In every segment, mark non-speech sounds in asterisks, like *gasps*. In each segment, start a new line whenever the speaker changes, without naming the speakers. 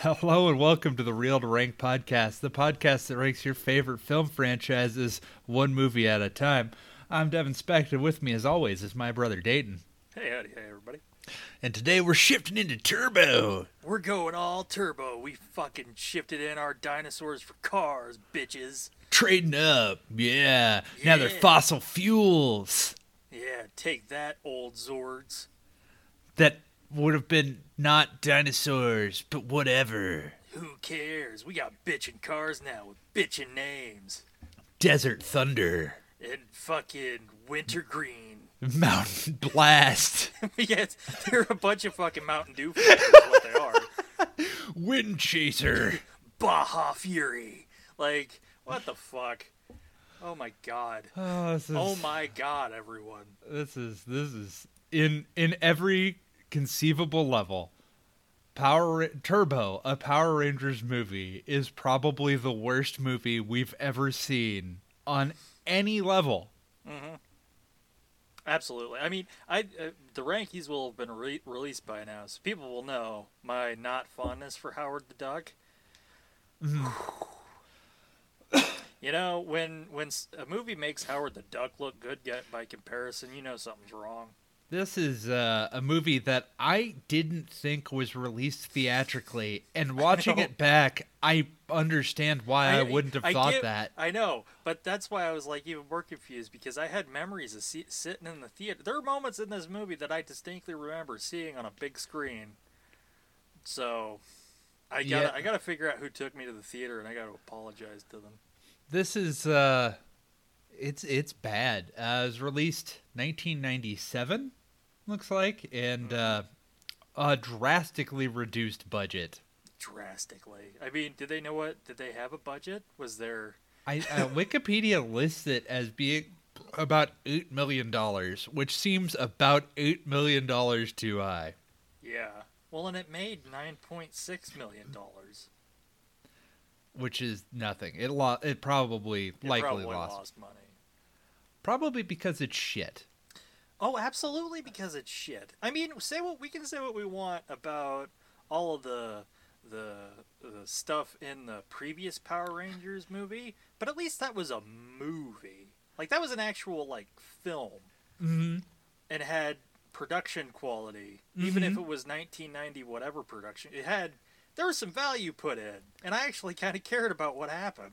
Hello and welcome to the Real to Rank podcast, the podcast that ranks your favorite film franchises one movie at a time. I'm Devin Spector. With me, as always, is my brother Dayton.
Hey, howdy, hey, everybody.
And today we're shifting into turbo.
We're going all turbo. We fucking shifted in our dinosaurs for cars, bitches.
Trading up. Yeah. Now they're
Yeah.
fossil fuels.
Yeah, take that, old Zords.
That would have been not dinosaurs, but whatever.
Who cares? We got bitchin' cars now with bitchin' names.
Desert Thunder.
And fucking wintergreen. *laughs*
Mountain Blast.
yes, they're a bunch of fucking Mountain Dew flavors, is what they *laughs* are.
Wind Chaser.
Baja Fury. Like, what the fuck? Oh my god.
Oh, this is
Oh my god, everyone.
this is this is in in every conceivable level power Ra- turbo a power rangers movie is probably the worst movie we've ever seen on any level
Absolutely. I mean, I uh, the Rankies will have been re- released by now, so people will know my not fondness for Howard the Duck. you know, when when s- a movie makes Howard the Duck look good yet by comparison, you know something's wrong.
this is uh, a movie that i didn't think was released theatrically
*laughs*
and watching
know.
it back i understand why i, wouldn't have
I
thought
get-
that
I know, but that's why I was like even more confused because I had memories of see- sitting in the theater. There are moments in this movie that I distinctly remember seeing on a big screen. So, I gotta
Yeah.
I gotta figure out who took me to the theater, and I gotta apologize to them.
this is uh it's it's bad uh it was released 1997 looks like and
Mm-hmm.
uh a drastically reduced budget
Drastically. I mean, did they know what? Did they have a budget? Was there?
i
*laughs*
uh, wikipedia lists it as being about eight million dollars which seems about eight million dollars too high
Yeah. Well, and it made nine point six million dollars.
which is nothing it lost it probably likely
probably
lost
lost money.
probably because it's shit
Oh, absolutely, because it's shit. I mean, say what we can say what we want about all of the the the stuff in the previous Power Rangers movie, but at least that was a movie. Like that was an actual like film
mm-hmm.
and had production quality. Even if it was 1990 whatever production, it had there was some value put in, and I actually kind of cared about what happened.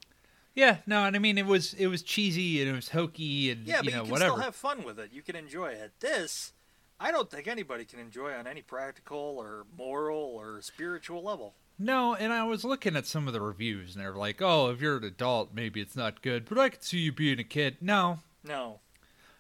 yeah no and i mean it was it was cheesy and it was hokey and
Yeah,
you
but
know
you can
whatever
still have fun with it. You can enjoy it. This, I don't think anybody can enjoy on any practical or moral or spiritual level.
No, and I was looking at some of the reviews, and they're like, "Oh, if you're an adult, maybe it's not good, but I could see you being a kid." No,
No.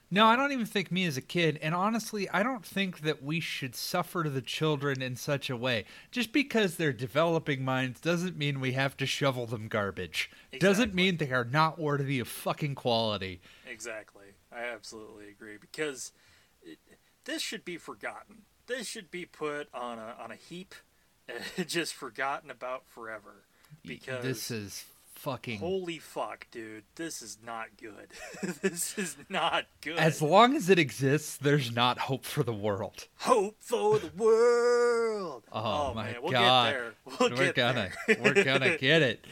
no, I don't even think me as a kid, and honestly, I don't think that we should suffer to the children in such a way. Just because they're developing minds doesn't mean we have to shovel them garbage. Doesn't
Exactly.
mean they are not worthy of fucking quality.
Exactly. I absolutely agree because it, this should be forgotten. This should be put on a on a heap, *laughs* and just forgotten about forever. Because
this is fucking.
holy fuck, dude, this is not good. *laughs* this is not good.
as long as it exists, there's not hope for the world.
Hope for the world.
Oh, my
man, we'll
God.
get there. We'll
we're
get
gonna,
there.
we're
*laughs*
gonna get it.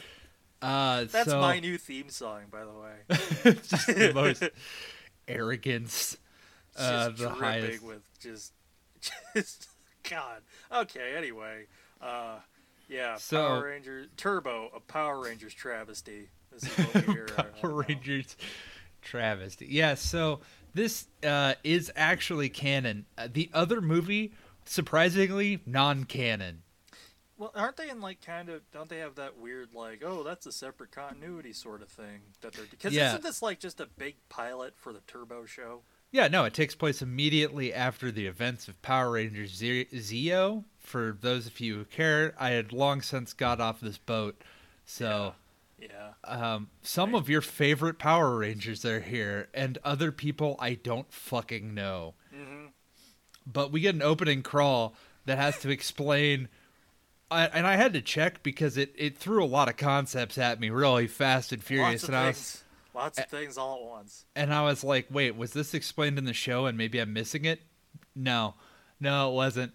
Uh,
That's
so...
my new theme song, by the
*laughs*
way.
It's just the most arrogance.
It's
Uh,
just
the
dripping
highest.
with just, *laughs* just God. Okay. Anyway, uh, yeah.
So-
Power Rangers Turbo, a Power Rangers travesty. This is
*laughs*
what we hear. right
Power
now.
Rangers travesty. Yeah, so this uh, is actually canon. Uh, the other movie, surprisingly, non canon.
Well, aren't they in like kind of? Don't they have that weird like, oh, that's a separate continuity sort of thing that they're because
Yeah.
isn't this like just a big pilot for the Turbo show?
Yeah, no, it takes place immediately after the events of Power Rangers Ze- Zeo. For those of you who care, I had long since got off this boat. So,
Yeah.
um, some of your favorite Power Rangers are here, and other people I don't fucking know.
hmm
but we get an opening crawl that has to explain I, and I had to check because it, it threw a lot of concepts at me really fast and furious
Lots of
and I was
things. Lots of things all at once. *laughs*
and I was like, "Wait, was this explained in the show and maybe I'm missing it?" No. No, it wasn't.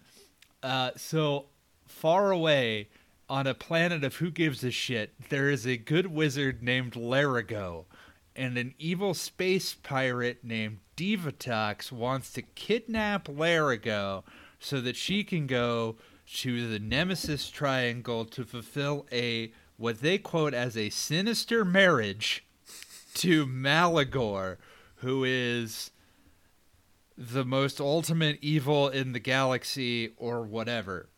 Uh, so far away on a planet of who gives a shit, there is a good wizard named Larigo, and an evil space pirate named Divatox wants to kidnap Larigo so that she can go to the Nemesis Triangle to fulfill a what they quote as a sinister marriage to Malagor, who is the most ultimate evil in the galaxy or whatever.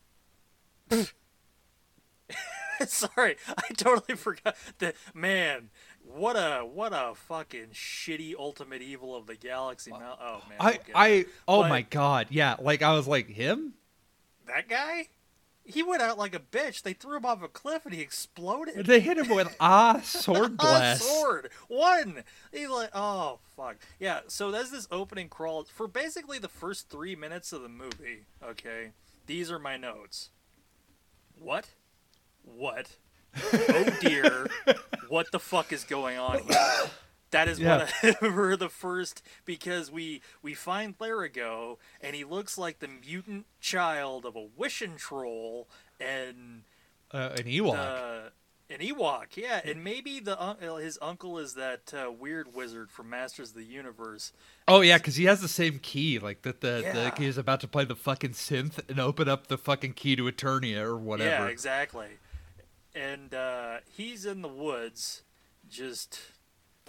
Sorry, I totally forgot that man. What a what a fucking shitty ultimate evil of the galaxy. Mal- oh man,
I
we'll get
I oh
But-
my god, yeah, like I was like him?
that guy. He went out like a bitch. They threw him off a cliff and he exploded.
They hit him with
*laughs*
ah sword
A
blast.
sword one. He's like, oh fuck, yeah. So there's this opening crawl for basically the first three minutes of the movie. Okay, these are my notes. What? What? Oh
*laughs*
dear! what the fuck is going on? Here? That is
Yeah.
what I, *laughs* we're the first because we we find Larigo and he looks like the mutant child of a wishing troll and
Uh, an Ewok.
uh, an Ewok, yeah, and maybe the un- uh, his uncle is that uh, weird wizard from Masters of the Universe.
oh yeah, because he has the same key. Like that, the, the
Yeah.
he was about to play the fucking synth and open up the fucking key to Eternia or whatever.
Yeah, exactly. And uh, he's in the woods, just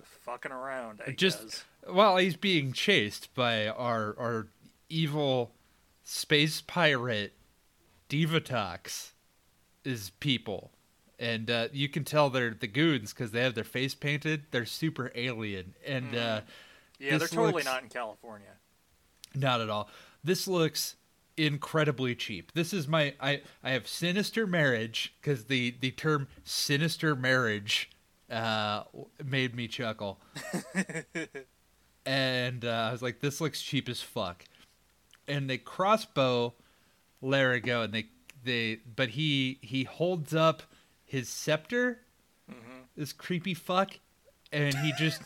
fucking around. I
Just-
guess.
Well, he's being chased by our our evil space pirate Divatox is people. And uh, you can tell they're the goons because they have their face painted. They're super alien, and uh,
yeah, they're
this
totally
looks-
not
*laughs*
in California.
Not at all. This looks incredibly cheap. This is my I I have sinister marriage because the the term sinister marriage uh w- made me chuckle. and uh, I was like, this looks cheap as fuck. And they crossbow Larigo, and they they but he he holds up his scepter. This creepy fuck, and he just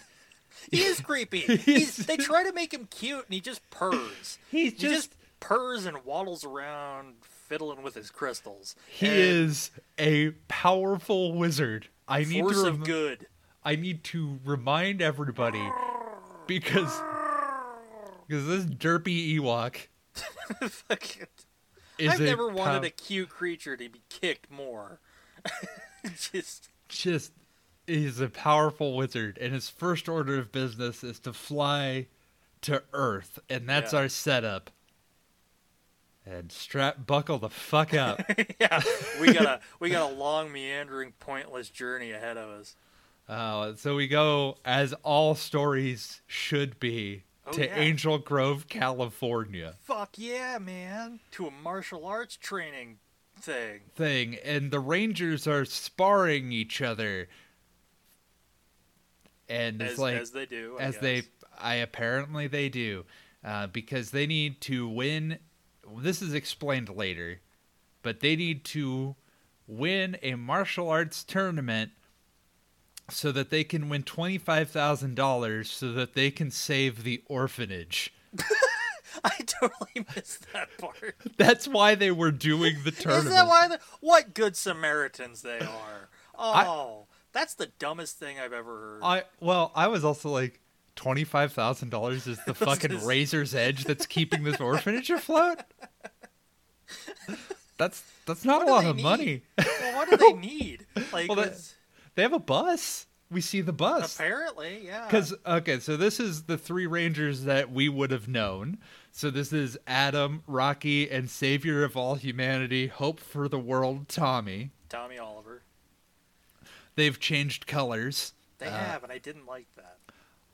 He is creepy. he's, they try to make him cute, and he just purrs.
*laughs* he's
He just purrs and waddles around, fiddling with his crystals.
He
And
is a powerful wizard. I need
force
to
of
rem-
good. *laughs*
I need to remind everybody because because this derpy Ewok
Fuck it.
is
I've
a
never wanted
pow-
a cute creature to be kicked more. *laughs* Just *laughs*
just he's a powerful wizard and his first order of business is to fly to Earth and that's
Yeah.
our setup. And strap buckle the fuck
*laughs*
up.
yeah, we got a we got a long meandering pointless journey ahead of us.
Uh, so we go, as all stories should be,
Oh,
to
yeah.
Angel Grove, California
Fuck yeah, man! To a martial arts training thing.
thing, and the Rangers are sparring each other. And it's
As,
like,
as they do, I
as they,
guess.
I apparently they do, uh, because they need to win. This is explained later, but they need to win a martial arts tournament so that they can win twenty five thousand dollars so that they can save the orphanage.
*laughs*
*laughs*
I totally missed that part.
That's why they were doing the tournament.
Is that why? The, what good Samaritans they are! Oh, that's the dumbest thing I've ever heard.
I well, I was also like twenty five thousand dollars is
*laughs*
the fucking
is-
razor's edge that's keeping this orphanage
*laughs*
afloat. That's that's not a
do
lot
they
of
need?
money.
well, what
*laughs*
do they need? Like,
Well, that-
was-
They have a bus. We see the bus.
apparently, yeah.
Because okay, so this is the three rangers that we would have known. So this is Adam, Rocky, and Savior of all humanity, Hope for the World, Tommy.
Tommy Oliver.
They've changed colors.
They have, and I didn't like that.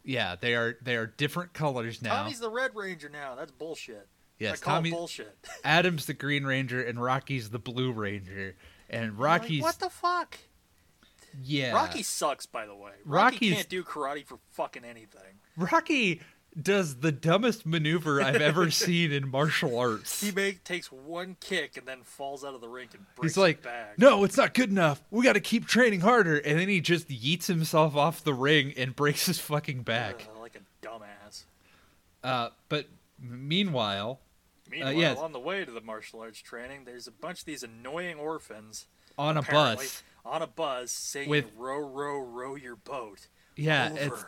Yeah, they are they are different colors now.
Tommy's the Red Ranger now. That's bullshit.
yes,
I call
Tommy.
bullshit. *laughs*
Adam's the Green Ranger and Rocky's the Blue Ranger. And Rocky's
Like, what the fuck?
yeah.
Rocky sucks, by the way. Rocky
Rocky's-
can't do karate for fucking anything.
Rocky does the dumbest maneuver I've
*laughs*
ever seen in martial arts.
He make, takes one kick and then falls out of the rink and breaks
He's like,
his back.
"No, it's not good enough. We got to keep training harder." And then he just yeets himself off the ring and breaks his fucking back.
Ugh, like a dumbass.
Uh, but meanwhile,
Meanwhile,
Uh, yes.
on the way to the martial arts training, there's a bunch of these annoying orphans
on a
apparently,
bus.
on a bus singing
With-
row row row your boat
Yeah,
over
it's,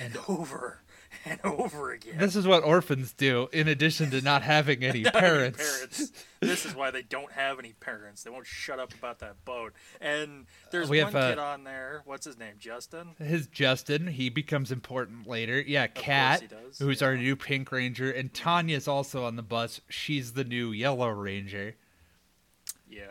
and over and over again
this is what orphans do. In addition to not having
*laughs*
any parents,
parents this is why they don't have any parents they won't shut up about that boat and there's
We
one
have, uh,
kid on there what's his name justin
his Justin, he becomes important later. Yeah,
course
Kat,
he does,
who's
yeah.
our new Pink Ranger, and Tanya's also on the bus. She's the new Yellow Ranger.
yeah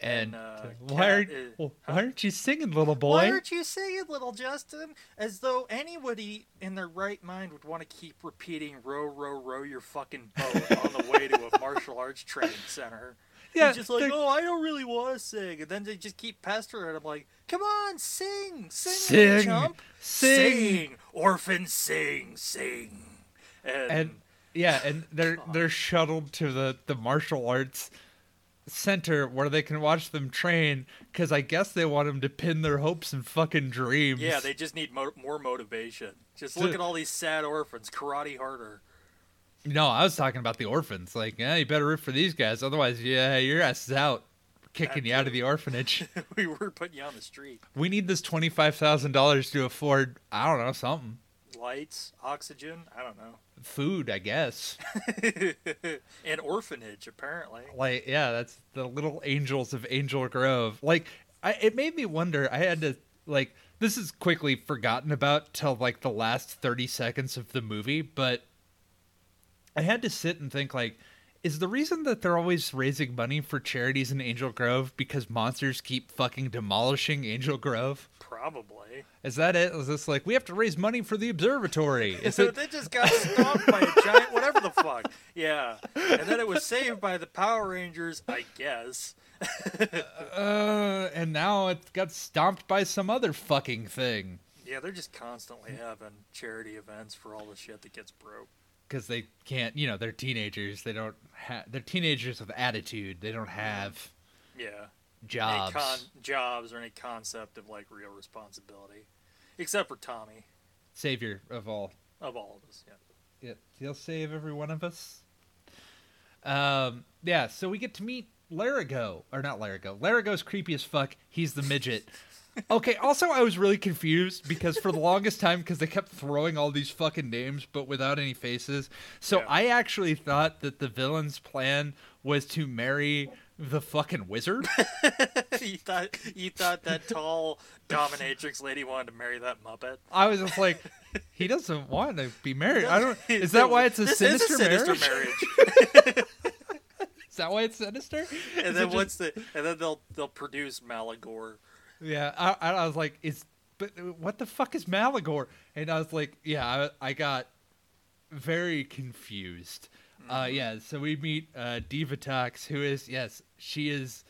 And,
And, uh,
why aren't
Kat is-
why aren't you singing, little boy?
why aren't you singing little justin as though anybody in their right mind would want to keep repeating row row row your fucking boat on the way to
*laughs*
a martial arts training center
yeah,
He's just like,
they're-
oh, I don't really want to sing. And then they just keep pestering. I'm like, come on, sing, sing,
sing,
sing chump.
sing,
orphan, sing, sing. And,
and yeah, and they're
God.
they're shuttled to the the martial arts center where they can watch them train because I guess they want them to pin their hopes and fucking dreams.
yeah, they just need mo- more motivation. Just
So-
look at all these sad orphans, karate harder. *laughs*
No, I was talking about the orphans. Like, yeah, you better root for these guys, otherwise, yeah, your ass is out, kicking you out of the orphanage.
we were putting you on the street.
we need this twenty five thousand dollars to afford, I don't know, something,
Lights, oxygen, I don't know.
food, I guess. *laughs*
An orphanage, apparently.
like yeah that's the little angels of angel grove like I, it made me wonder i had to like this is quickly forgotten about till like the last 30 seconds of the movie but i had to sit and think like is the reason that they're always raising money for charities in angel grove because monsters keep fucking demolishing angel grove
Probably.
is that it is this like we have to raise money for the observatory is
So *laughs*
it
they just got stomped by a giant whatever the fuck. Yeah. And then it was saved by the Power Rangers, I guess.
uh, and now it got stomped by some other fucking thing
Yeah, they're just constantly having charity events for all the shit that gets broke.
because they can't you know they're teenagers they don't have they're teenagers with attitude they don't have
Yeah. Any
jobs
con- jobs or any concept of like real responsibility. Except for Tommy,
savior of all
of all of us. *laughs* Yeah.
yeah, he'll save every one of us um yeah so we get to meet larigo or not larigo larigo's creepy as fuck he's the midget
*laughs*
okay also i was really confused because for the longest time because they kept throwing all these fucking names but without any faces so
Yeah.
i actually thought that the villain's plan was to marry the fucking wizard
you thought you thought that tall dominatrix lady wanted to marry that Muppet?
I was just like, he doesn't want to be married. I
*laughs*
don't. Is
It
that why it's
was-
a,
this
sinister,
is a sinister
marriage?
marriage.
*laughs* Is that why it's sinister?
and
*laughs* Is it
then
just-
what's the and then they'll they'll produce Malagor.
Yeah, I, I I was like, is but what the fuck is Malagor? And I was like, yeah, I, I got very confused. Uh,
Mm-hmm.
yeah, so we meet uh, Diva Tox, who is yes, she is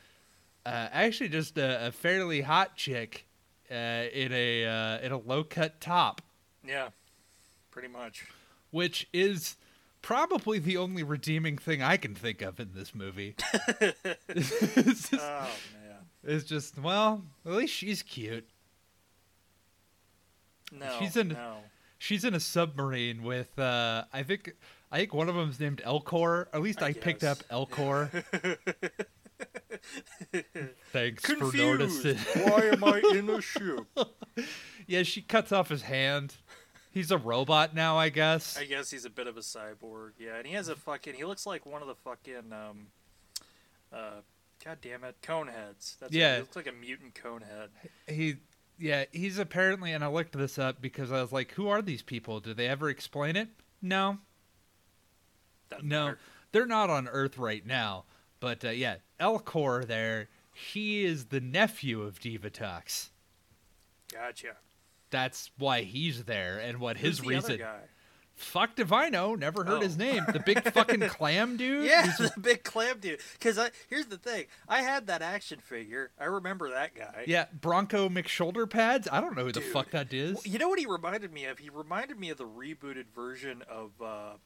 uh, actually just a, a fairly hot chick uh, in a uh, in a low cut top.
Yeah, pretty much.
*laughs* which is probably the only redeeming thing I can think of in this
*laughs*
movie. it's, just,
Oh man,
it's just, well, at least she's cute.
no,
She's in-
no.
She's in a submarine with, uh, I think, I think one of them's named Elcor. At least I,
I
picked up
guess. *laughs*
Elcor. Thanks for noticing.
Confused. Why am I in a shoe?
*laughs* yeah, she cuts off his hand. He's a robot now, I guess.
I guess he's a bit of a cyborg. Yeah, and he has a fucking. He looks like one of the fucking. Um, uh, God damn it, coneheads. That's
Yeah.
What, he looks like a mutant conehead.
he yeah he's apparently and i looked this up because i was like who are these people do they ever explain it no
Doesn't
no
matter.
they're not on earth right now but uh, yeah elcor there he is the nephew of divatox
Gotcha.
that's why he's there and what his
Who's the
reason
Other guy?
fuck divino never heard
Oh.
his name the big
*laughs*
fucking clam dude
Yeah,
He's-
*laughs* the big clam dude. Because I here's the thing. I had that action figure. I remember that guy.
yeah bronco mcshoulder pads i don't know who the
Dude.
fuck that is
Well, You know what he reminded me of? He reminded me of the rebooted version of uh,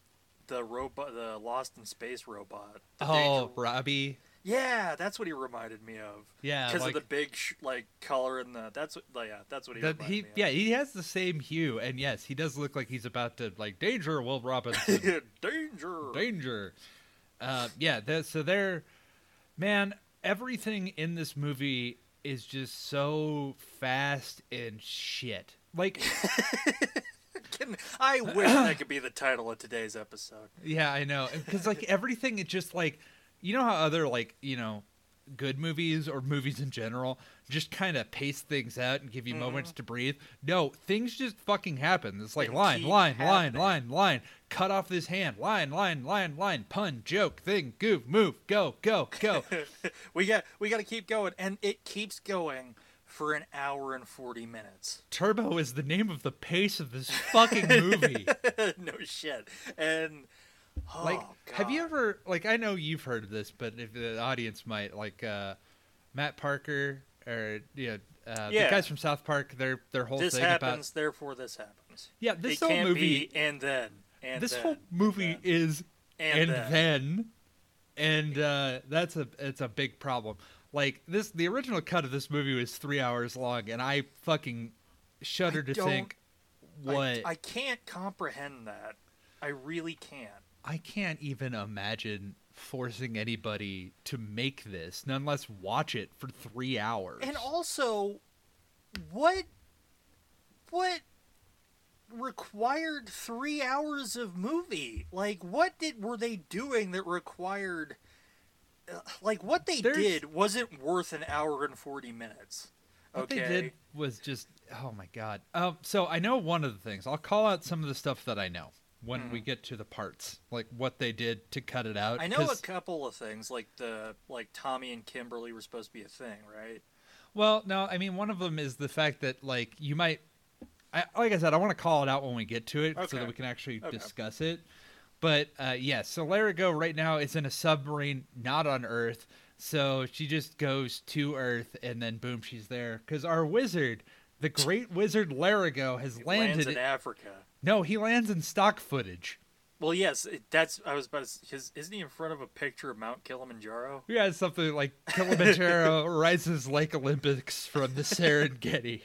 the robot, the Lost in Space robot. The
oh
Danger-
robbie
yeah, that's what he reminded me of.
yeah
because
like-
of the big sh- like color and the that's what, like, yeah, that's what he.
That
reminded
he,
me of.
yeah, he has the same hue, and yes, he does look like he's about to like danger, Will
*laughs*
Robinson,
*laughs*
*laughs*
danger.
danger. Uh, yeah, that, so they're man. everything in this movie is just so fast and shit. Like,
*laughs* Can- I wish that could be the title of today's episode. *laughs*
yeah, I know, because like everything, it just like, you know how other like you know, good movies or movies in general just kind of pace things out and give you
Mm-hmm.
moments to breathe. No, things just fucking happen. It's like
They
line,
keep
line, line,
happening.
line, line. Cut off this hand. Line, line, line, line. Pun, joke, thing, goof, move, go, go, go.
we got we got to keep going, and it keeps going for an hour and forty minutes. *laughs*
Turbo is the name of the pace of this fucking movie.
no shit. And *laughs* oh,
like have you
God.
ever like i know you've heard of this but if the audience might like uh matt parker or you know, uh,
Yeah.
the guys from south park their their whole
This
thing
happens,
about
therefore this happens.
yeah this
it
whole
can
movie
be and then and
this
then,
whole movie
and
is
and
and,
then.
then. and uh that's a it's a big problem like this the original cut of this movie was three hours long and i fucking shudder
I
to
don't-
think
then.
what
I, I can't comprehend that. I really can't.
I can't even imagine forcing anybody to make this, none less watch it for three hours.
And also, what what required three hours of movie? Like, what did were they doing that required? uh, Like, what they
There's-
did wasn't worth an hour and forty minutes.
what
okay,
they did was just, oh my god. Um, so I know one of the things. I'll call out some of the stuff that I know when we get to the parts, like what they did to cut it out.
Hmm. I know a
uh, 'cause-
couple of things, like the like Tommy and Kimberly were supposed to be a thing, right?
Well, no, I mean one of them is the fact that like you might, I, like I said, I want to call it out when we get to it so
Okay.
that we can actually
Okay.
discuss it. But uh, yeah, so Larigo right now is in a submarine, not on Earth. So she just goes to Earth, and then boom, she's there. Because our wizard, the great wizard Larigo, has
Lands
landed.
in Africa.
no, he lands in stock footage.
Well, yes, it, that's I was about to. s- His, isn't he in front of a picture of Mount Kilimanjaro?
Yeah, it's something
*laughs*
like Kilimanjaro rises like Olympics from the Serengeti.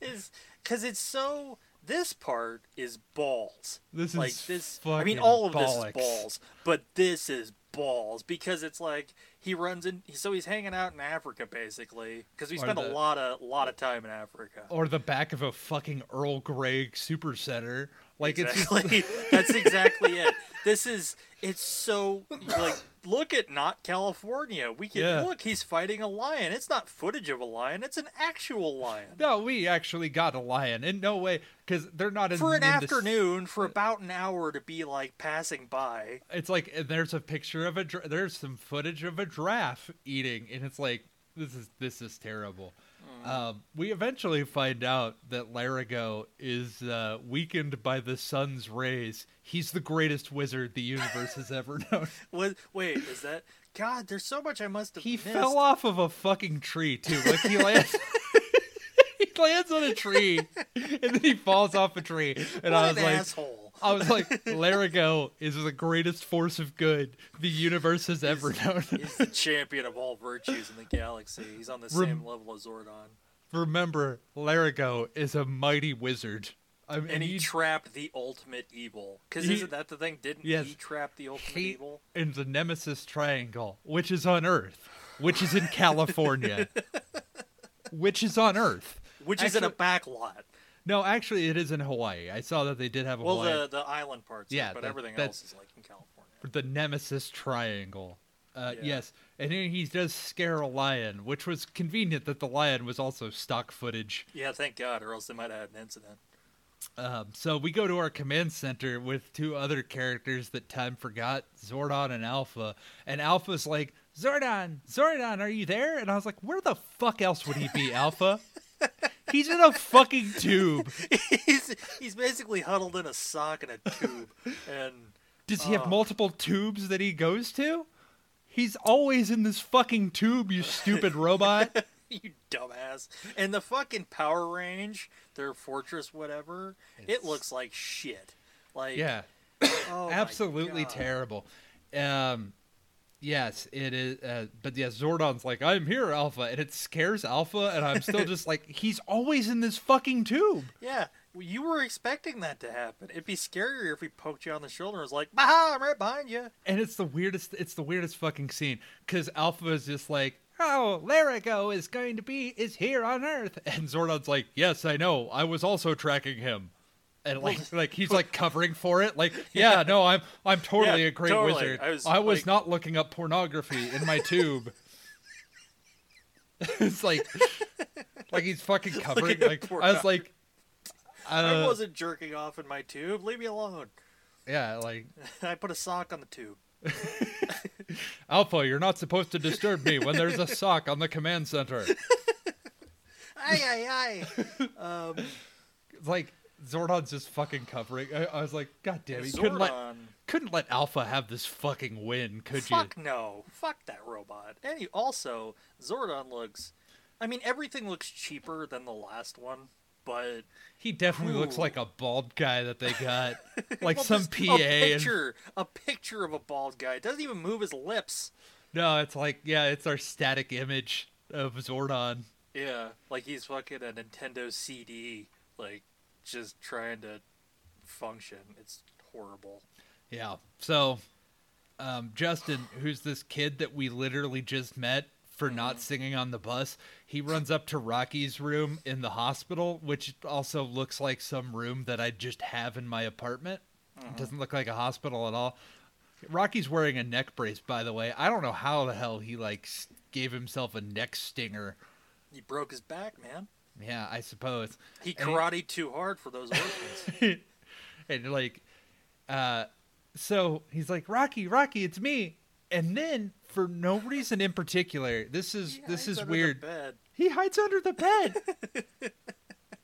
is because it's so this part is balls
This is
like this i mean
fucking
all of this is
bollocks.
balls but this is balls because it's like he runs in so he's hanging out in africa basically because we
Or
spend
the- Oh,
a lot of lot of time in africa
or the back of a fucking Earl Grey super center. Like it's
exactly *laughs* that's exactly it this is it's so like look at not california we can
Yeah.
look he's fighting a lion it's not footage of a lion it's an actual lion
just, *laughs* no, we actually got a lion in no way because they're not in
for
in
an
the s-
afternoon for about an hour to be like passing by
it's like and there's a picture of a dr- there's some footage of a giraffe eating, and it's like this is this is terrible.
Mm.
Um, we eventually find out that Larigo is uh, weakened by the sun's rays. He's the greatest wizard the universe has ever *laughs* known.
Was wait, is that God? There's so much I must have.
He
missed.
fell off of a fucking tree too. Like he lands, *laughs* he lands on a tree, and then he falls off a tree. And
What
I
an
was like,
asshole.
I was like, Larigo is the greatest force of good the universe has ever known.
*laughs* He's the champion of all virtues in the galaxy. He's on the
Rem-
same level as Zordon,
*laughs* Remember, Larigo is a mighty wizard. I mean,
and, he, trapped the ultimate evil. Because
He-
isn't that the thing? Didn't
Yes.
he trap the ultimate
he-
evil?
in the Nemesis Triangle, which is on Earth, which is in
*laughs*
California, which is on Earth.
Which is in a
Actually-
back lot.
No, actually, it is in Hawaii. I saw that they did have a
Well,
Hawaii.
the the island parts. Yeah,
Yeah,
but
that-
everything
that-
else is like in California.
the Nemesis Triangle. Uh,
Yeah.
Yes, and then he does scare a lion, which was convenient that the lion was also stock footage.
Yeah, thank God, or else they might have had an incident. *laughs*
Um, so we go to our command center with two other characters that time forgot, Zordon and Alpha. And Alpha's like, Zordon, Zordon, are you there? And I was like, where the fuck else would he be,
*laughs*
Alpha? He's in a fucking tube.
he's he's basically huddled in a sock and a tube, and
Does he have
Oh.
multiple tubes that he goes to? He's always in this fucking tube, you stupid
*laughs*
robot.
you dumbass. And the fucking Power Range, their fortress, whatever,
It's-
it looks like shit. Like,
Yeah.
oh my
absolutely
God.
terrible. Um, yes, it is. Uh, but yeah, Zordon's like, I'm here,
*laughs*
Alpha, and it scares Alpha, and I'm still just like, he's always in this fucking tube.
Yeah, you were expecting that to happen. It'd be scarier if we poked you on the shoulder and was like, "Bah, I'm right behind you."
And it's the weirdest. It's the weirdest fucking scene because Alpha is just like, "Oh, Larigo is going to be is here on Earth," *laughs* and Zordon's like, "Yes, I know. I was also tracking him." And
*laughs*
like, like he's like covering for it. Like, yeah, no, I'm I'm totally
Yeah,
a great
totally.
wizard.
I was, like-
not looking up pornography in my tube. *laughs* it's like, like he's fucking
*laughs*
covering.
at
Like I was like,
I
uh,
wasn't jerking off in my tube. Leave me alone. *laughs*
yeah, like
I put a sock on the tube.
Alpha, you're not supposed to disturb me when there's a sock on the command center. *laughs*
Aye, aye, aye. um,
It's Like Zordon's just fucking covering. I, I was like, God damn, it, you couldn't let
Zordon.
couldn't let Alpha have this fucking win, could
Fuck no. Fuck that robot. And he, also, Zordon looks. I mean, everything looks cheaper than the last one, but
you? He definitely looks
Ooh.
like a bald guy that they
*laughs*
got, like
Well,
some
just
PA.
A
and-
picture, a picture of a bald guy. It doesn't even move his lips.
no, it's like yeah, it's our static image of Zordon.
Yeah, like he's fucking a Nintendo CD, like just trying to function. It's horrible.
Yeah. So, um, Justin, who's this kid that we literally just met for not singing on the bus, he runs up to Rocky's room in the hospital, which also looks like some room that I just have in my apartment. It doesn't look like a hospital at all. Rocky's wearing a neck brace, by the way. I don't know how the hell he like s- gave himself a neck stinger.
He broke his back, man.
Yeah, I suppose.
He
And he-
karate too hard for those orphans.
and like uh so he's like rocky rocky it's me and then for no reason in particular this is
He
*laughs* this
hides
is
under the
weird
bed.
he hides under the bed
*laughs*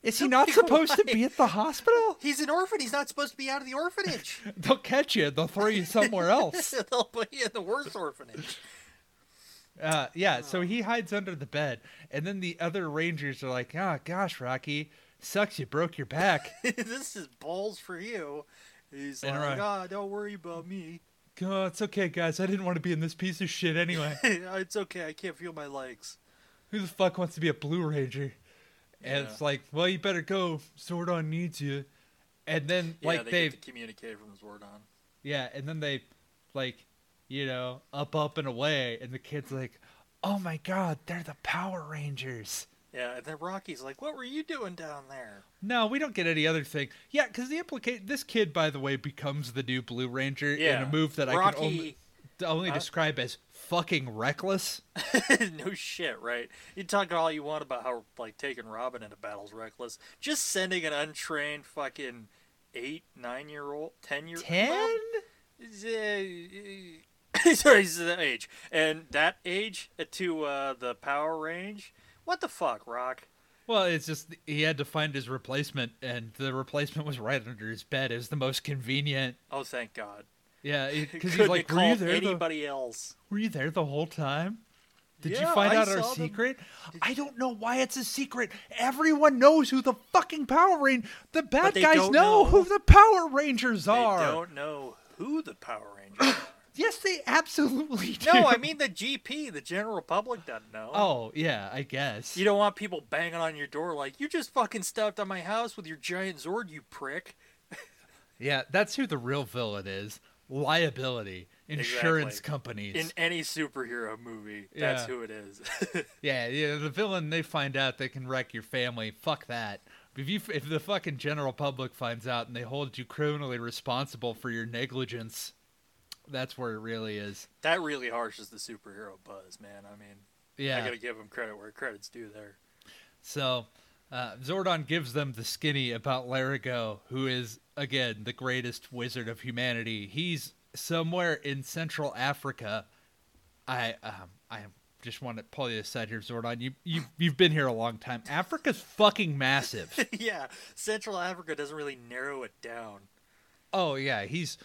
is he not supposed to be at the hospital
He's an orphan. He's not supposed to be out of
*laughs*
the orphanage.
they'll catch you they'll throw you somewhere else
*laughs* They'll put you in the worst orphanage. *laughs*
uh yeah so he hides under the bed and then the other rangers are like oh gosh rocky sucks you broke your
*laughs*
back
this is balls for you. He's
And
like,
right.
ah, don't worry about me. *laughs*
oh it's okay guys i didn't want to be in this piece of shit anyway
it's okay. I can't feel my legs.
who the fuck wants to be a Blue Ranger? And
Yeah.
it's like, well, you better go. Zordon needs you. And then,
yeah,
like,
they
they,
get to communicate from Zordon.
yeah, and then they, like, you know, up, up, and away. And the kid's like, oh my god, they're the Power Rangers.
Yeah, and then Rocky's like, "What were you doing down there?"
No, we don't get any other thing. Yeah, because the implication, this kid, by the way, becomes the new Blue Ranger in
Yeah.
a move that I
Rocky,
can only, only
Huh?
describe as fucking reckless.
*laughs* no shit, right? You talk all you want about how like taking Robin into battle's reckless. Just sending an untrained fucking eight, nine year old, ten year
Ten?
Uh, *laughs* sorry, this is the age, and that age to uh, the power range. What the fuck, Rock?
Well, it's just he had to find his replacement, and the replacement was right under his bed. It was the most convenient.
Oh, thank God.
Yeah,
*laughs*
because he's
Couldn't
like,
have
were you,
called
there the,
anybody else?
were you there the whole time? Did you
Yeah,
find
I
out our
saw them.
secret? I don't know why it's a secret. Everyone knows who the fucking Power Ranger. The bad
they
guys know,
don't know.
who the Power Rangers are.
They don't know who the Power *laughs* Rangers. Are.
Yes, they absolutely do.
*laughs* no, I mean the GP, the general public doesn't know.
*laughs* Oh yeah, I guess.
You don't want people banging on your door like, you just fucking stepped on my house with your giant Zord, you prick.
yeah, that's who the real villain is. Liability insurance
Exactly.
companies.
In any superhero movie,
Yeah.
that's who it is. *laughs*
Yeah, yeah. The villain they find out they can wreck your family. Fuck that. If you if the fucking general public finds out and they hold you criminally responsible for your negligence, that's where it really is.
that really harshes the superhero buzz, man. I mean, I
Yeah.
gotta give him credit where credit's due there. *laughs*
So uh, Zordon gives them the skinny about Larigo, who is again the greatest wizard of humanity. He's somewhere in Central Africa. I um, I just want to pull you aside here, Zordon. You you you've been here a long time. Africa's fucking massive.
yeah, Central Africa doesn't really narrow it down.
Oh yeah, he's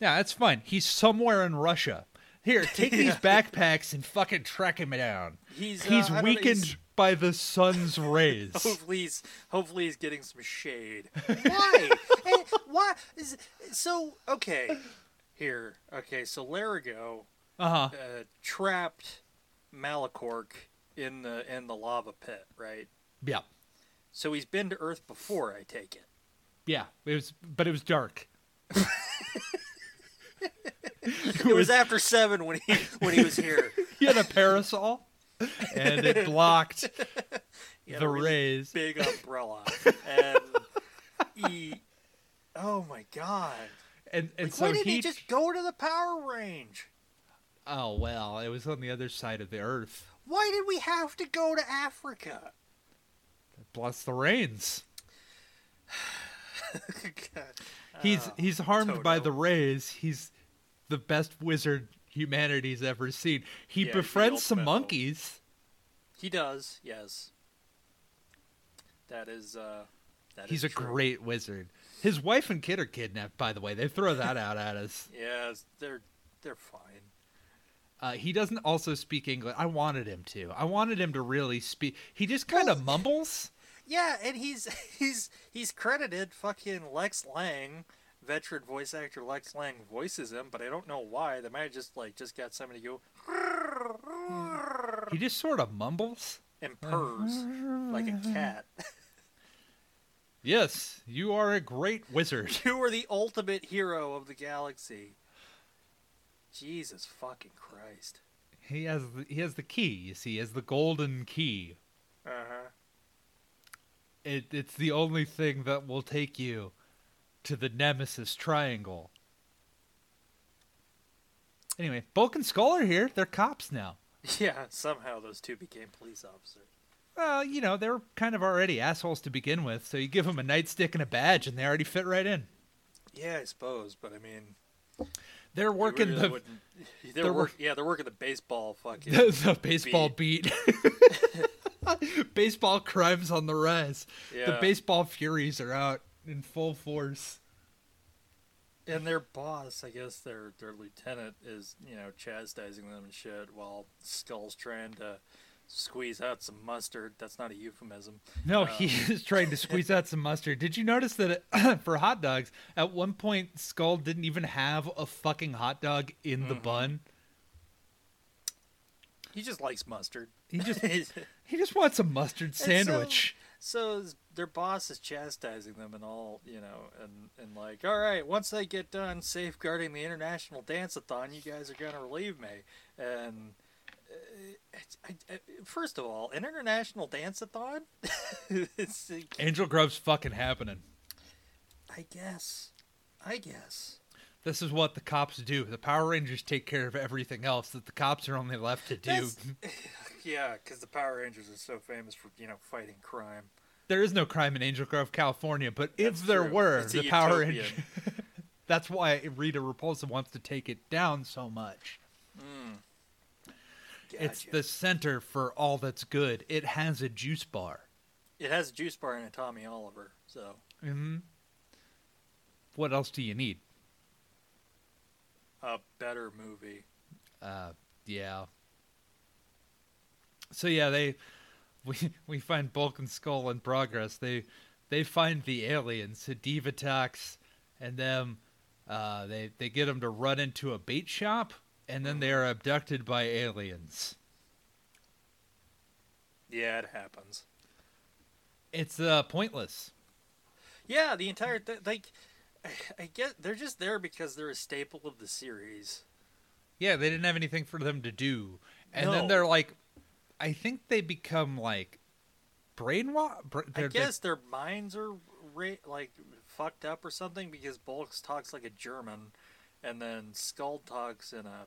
yeah, that's fine. He's somewhere in Russia.
*laughs*
Here, take these backpacks and fucking track him down.
He's, uh,
he's
I don't know,
weakened
he's- Oh.
by the sun's
*laughs*
rays.
Hopefully he's hopefully he's getting some shade. Why? Eh, Why? Is, so okay, here. Okay, so Larigo
Uh huh.
uh, trapped Malakork in the in the lava pit, right?
Yeah.
So he's been to Earth before, I take it.
Yeah, it was, but it was dark.
It was after seven when he when he was here.
He had a parasol, and it
*laughs*
blocked
He had
the
a really
rays.
big umbrella, and he. Oh my god!
And and
Like,
so
why didn't
he,
he, just go to the power range?
Oh well, it was on the other side of the earth.
Why did we have to go to Africa? *laughs*
Plus the rains.
God.
He's
Ah,
he's harmed by
Toto.
the rays. He's the best wizard humanity's ever seen. He
Yeah, he's the
befriends some
ultimate hope.
monkeys.
He does, yes. That is, uh, that is
He's a
true.
great wizard. His wife and kid are kidnapped, by the way. They throw that out at us.
Yes, they're they're fine.
Uh, he doesn't also speak English. I wanted him to. I wanted him to really speak. He just kind of mumbles.
Yeah, and he's *laughs* he's he's credited fucking Lex Lang, veteran voice actor Lex Lang voices him, but I don't know why. They might have just like just got somebody
*laughs*
to go
He just sort of mumbles.
and purrs like a cat.
Yes, you are a great wizard.
you are the ultimate hero of the galaxy. Jesus fucking Christ.
He has the, he has the key. You see, he has the golden key.
Uh huh.
It, it's the only thing that will take you to the Nemesis Triangle. Anyway, Bulk and Skull are here. They're cops now.
Yeah, somehow those two became police officers.
Well, you know, they were kind of already assholes to begin with, so you give them a nightstick and a badge, and they already fit right in.
Yeah, I suppose, but I mean,
They're
you
working
really
the, *laughs*
wouldn't- *laughs* they're,
they're
work,
work-
yeah, they're working the baseball fucking
the the baseball beat. *laughs* baseball crimes on the rise. The
Yeah.
baseball furies are out in full force.
And their boss, I guess their their lieutenant is, you know, chastising them and shit while Skull's trying to squeeze out some mustard. That's not a euphemism.
No, he *laughs* is trying to squeeze out some mustard. Did you notice that it, *clears throat* for hot dogs, at one point Skull didn't even have a fucking hot dog in
Mm-hmm.
the bun?
He just likes mustard.
He
*laughs*
just he just wants a mustard
so-
sandwich.
so his- their boss is chastising them and all, you know, and and like, all right, once I get done safeguarding the international dance-a-thon, you guys are gonna relieve me. And uh, I, I, first of all, an international dance-a-thon, *laughs* it's like,
Angel Grove's fucking happening.
I guess. I guess.
This is what the cops do. The Power Rangers take care of everything else that the cops are only left to do.
That's- *laughs* Yeah, because the Power Rangers are so famous for, you know, fighting crime.
There is no crime in Angel Grove, California, but if
That's
there
true.
were,
It's a
the Power
utopia.
Rangers. That's why Rita Repulsa wants to take it down so much. *laughs* It's
Gotcha.
the center for all that's good. It has a juice bar.
It has a juice bar and a Tommy Oliver, so.
hmm What else do you need?
A better movie.
Uh, yeah. So yeah, they *laughs* we we find Bulk and Skull in progress. They they find the aliens, the Divatox, and them. Uh, they they get them to run into a bait shop, and then they are abducted by aliens.
Yeah, it happens.
It's uh, pointless.
Yeah, the entire th- like, I, I get they're just there because they're a staple of the series.
Yeah, they didn't have anything for them to do, and then
No.
they're like, I think they become like brainwashed. Bra-
I
they're- they-
guess their minds are ra- like fucked up or something because Bulks talks like a German, and then Skull talks in a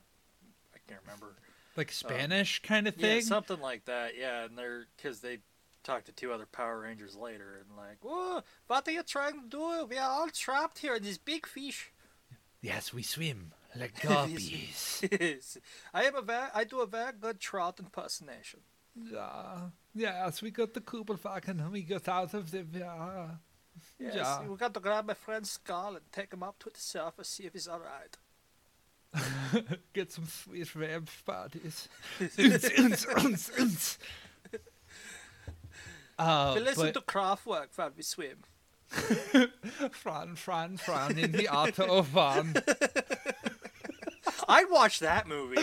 I can't remember.
like Spanish kind of
uh, Yeah,
thing.
something like that. Yeah, and they're because they talk to two other Power Rangers later, and like, whoa, what are you trying to do? We are all trapped here in this big fish. *laughs*
Yes, we swim like
Yes, we-
guppies.
I am a va- I do a very good trout impersonation.
yeah. Yes, we got the Kubelfak and we got out of the. Yeah.
Yes,
Yeah.
we got to grab my friend's skull and take him up to the surface, see if he's all right.
Get some sweet ramp
*laughs*
parties. Uns, uns, uns, uns. Uh,
we listen
but
to Kraftwerk while we swim. *laughs*
Fran, Fran, Fran in the art
*laughs*
of one. *laughs*
I'd watch that movie.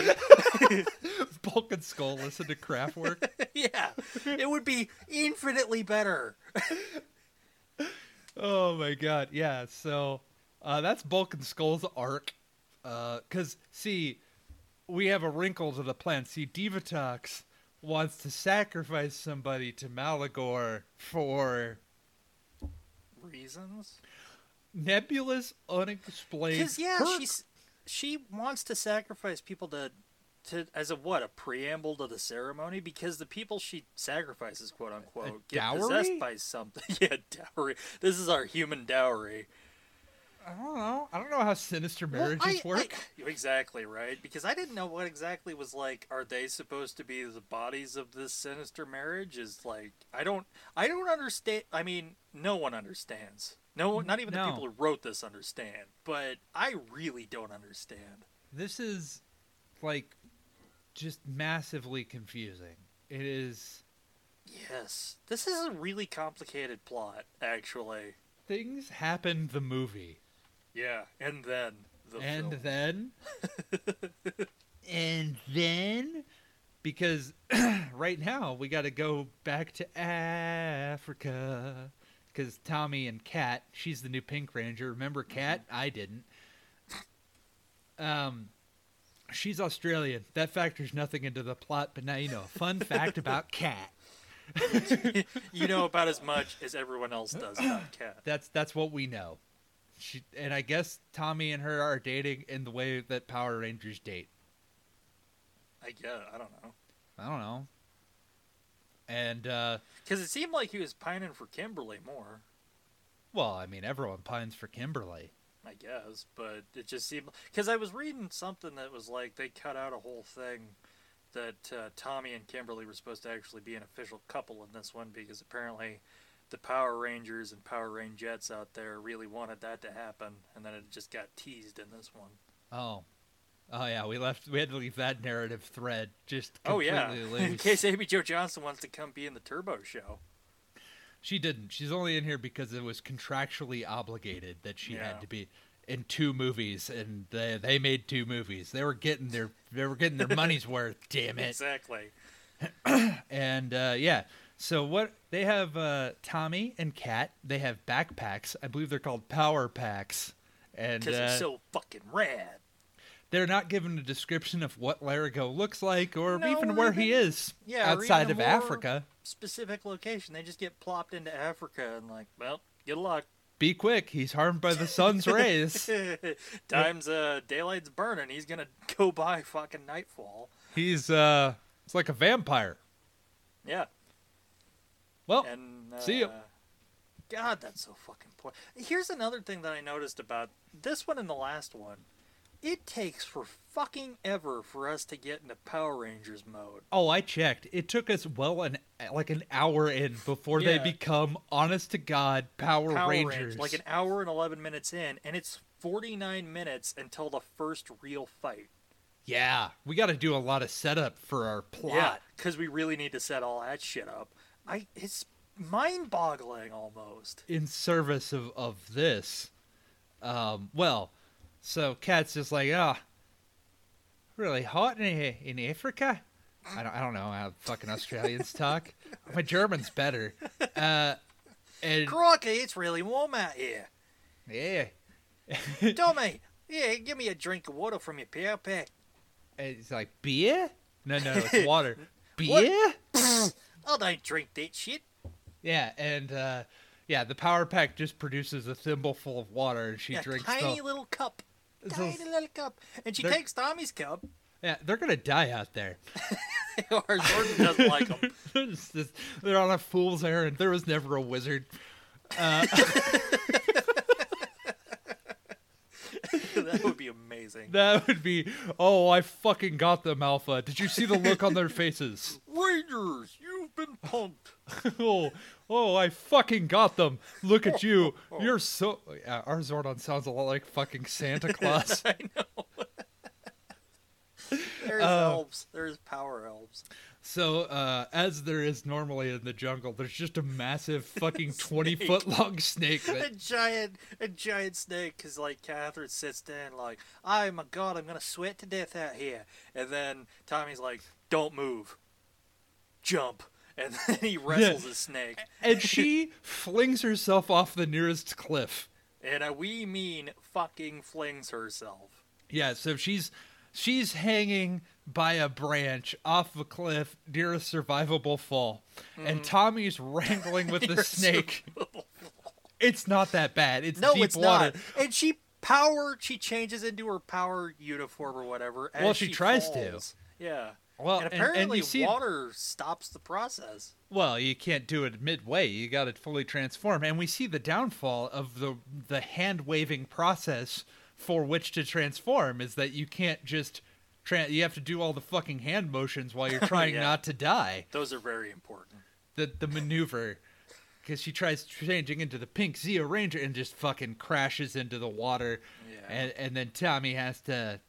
Bulk and Skull listen to Kraftwerk.
yeah, it would be infinitely better.
oh my god, yeah. So uh, that's Bulk and Skull's arc. Because see, we have a wrinkle to the plan. See, Divatox wants to sacrifice somebody to Malagor for
Reasons?
nebulous, unexplained.
Because yeah,
perk.
she's she wants to sacrifice people to to as a what a preamble to the ceremony because the people she sacrifices quote unquote get
dowry?
possessed by something. *laughs* yeah, dowry. This is our human dowry.
I don't know. I don't know how sinister
Well,
marriages
I-
work.
I- *laughs* exactly right, because I didn't know what exactly was like. Are they supposed to be the bodies of this sinister marriage? Is like I don't, I don't understand. I mean, no one understands. No, not even
No.
the people who wrote this understand. But I really don't understand.
this is like just massively confusing. It is
Yes, this is a really complicated plot, actually.
things happen the movie
Yeah, and then the
and
film.
then and then because *clears throat* right now we got to go back to Africa cuz Tommy and Kat, she's the new Pink Ranger. Remember Kat? I didn't. Um she's Australian. That factors nothing into the plot, but now you know a fun fact about Kat.
*laughs* you know about as much as everyone else does
*clears throat*
about Cat.
that's that's what we know. She and I guess Tommy and her are dating in the way that Power Rangers date.
I guess I don't know.
I don't know. And uh
Because it seemed like he was pining for Kimberly more,
well, I mean everyone pines for Kimberly.
I guess, but it just seemed because I was reading something that was like they cut out a whole thing that uh, Tommy and Kimberly were supposed to actually be an official couple in this one because apparently the Power Rangers and Power Rangettes out there really wanted that to happen, and then it just got teased in this one.
Oh. Oh yeah, we left we had to leave that narrative thread just
Oh
completely
yeah, *laughs* in
loose.
case Amy Jo Johnson wants to come be in the Turbo Show.
She didn't. She's only in here because it was contractually obligated that she
Yeah.
had to be in two movies and they they made two movies. They were getting their they were getting
*laughs*
their money's worth, damn it.
Exactly.
And uh, yeah, so what they have uh, Tommy and Kat. They have backpacks. I believe they're called power packs, and
Because
uh,
it's so fucking rad.
they're not given a description of what Larigo looks like or
No,
even
or
where he
even-
is
yeah, or
outside
even
of
a more-
Africa.
Specific location. They just get plopped into Africa and like, well, good luck.
Be quick! He's harmed by the
*laughs*
sun's *laughs* rays.
Time's uh daylight's burning. He's gonna *laughs* go by fucking nightfall.
He's uh, it's like a vampire.
Yeah.
Well,
And uh,
Oh, See ya.
God, that's so fucking poor. Here's another thing that I noticed about this one and the last one. It takes for fucking ever for us to get into Power Rangers mode.
oh, I checked. It took us well an like an hour in before they
Yeah.
become honest to god Power,
Power Rangers.
Rangers.
like an hour and eleven minutes in, and it's forty nine minutes until the first real fight.
Yeah, we got to do a lot of setup for our plot.
because we really need to set all that shit up. I it's mind boggling almost.
in service of of this. Um, well, so Cat's just like, ah, really hot in here in Africa. I don't, I don't know how fucking
*laughs*
Australians talk. My German's better. Uh, and
Crikey, it's really warm out here.
yeah,
Tommy, yeah, give me a drink of water from your power pack.
and it's like beer. No, no,
*laughs*
it's water.
What?
Beer.
I don't drink that shit.
Yeah, and uh, yeah, the power pack just produces a thimbleful of water, and she
a
drinks.
tiny
the,
little cup.
It's
Tiny
a-
little cup. And she
They're-
takes Tommy's cup. *laughs*
yeah, they're gonna die out there. *laughs*
or Jordan doesn't like them.
It's just- they're on a fool's errand. There was never a wizard.
*laughs* that would be
*laughs*
amazing.
That would be, oh, I fucking got them, Alpha. Did you see the look on their faces? *laughs*
Rangers, you've been punked.
oh, oh, I fucking got them. Look at you. You're so. Yeah, our Zordon sounds a lot like fucking Santa Claus.
There's elves. There's power elves.
so, uh, as there is normally in the jungle, there's just a massive fucking 20 foot long snake.
a *laughs*
That,
giant a giant snake because like catherine sits there and like oh my god i'm gonna sweat to death out here and then tommy's like don't move, jump, *laughs* and then he wrestles
Yeah.
a snake.
and she flings herself off the nearest cliff.
And uh, we mean fucking flings herself.
Yeah, so she's she's hanging by a branch off a cliff near a survivable fall,
Mm-hmm.
and Tommy's wrangling
*laughs*
with the snake. It's not that bad. It's
No,
deep
it's
water.
not. And she power. She changes into her power uniform or whatever.
Well,
as
she tries to.
falls. Yeah.
Well, and-
and
and you
apparently
see-
water stops the process.
Well, you can't do it midway. You got to fully transform, and we see the downfall of the the hand waving process for which to transform is that you can't just. Tra- you have to do all the fucking hand motions while you're trying
*laughs* Yeah.
not to die.
Those are very important.
the the maneuver because she tries changing into the pink Zia Ranger and just fucking crashes into the water,
Yeah.
and and then Tommy has to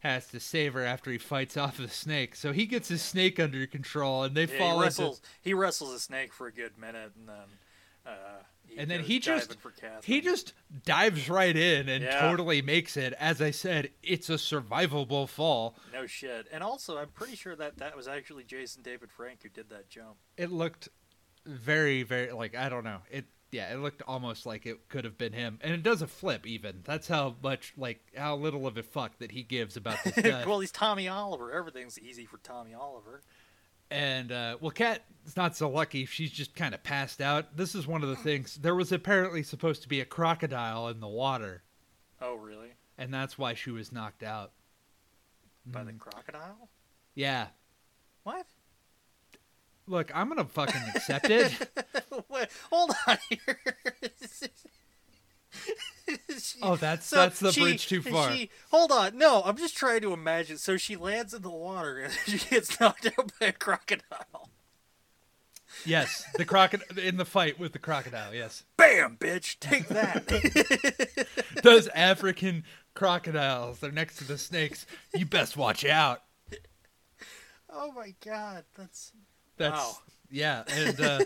has to save her after he fights off the snake. So he gets his snake under control, and they
Yeah,
fall
he
into.
wrestles. He wrestles a snake for a good minute, and then. Uh, he
And then
goes
he just
diving for
he
Catherine.
just dives right in and
Yeah.
totally makes it. As I said, it's a survivable fall.
No shit. And also, I'm pretty sure that that was actually Jason David Frank who did that jump. *laughs*
It looked very very like I don't know it. Yeah, it looked almost like it could have been him, and it does a flip. Even that's how much, like, how little of a fuck that he gives about
*laughs*
this death.
well, he's Tommy Oliver. Everything's easy for Tommy Oliver.
And uh, well, Kat's not so lucky. She's just kind of passed out. This is one of the things. There was apparently supposed to be a crocodile in the water,
Oh, really?
and that's why she was knocked out.
By
Mm-hmm.
the crocodile?
Yeah.
What? *laughs*
Look, I'm gonna fucking accept it.
*laughs* Wait, hold on here. *laughs* She-
Oh, that's- that's the bridge too far.
She, hold on, no, I'm just trying to imagine. So she lands in the water and *laughs* she gets knocked out by a crocodile.
Yes, the crocodile in the fight with the crocodile. Yes,
Bam, bitch, take that. *laughs*
those African crocodiles. They're next to the snakes. You best watch out.
oh my god, that's.
That's
Wow.
yeah. And
*laughs*
uh,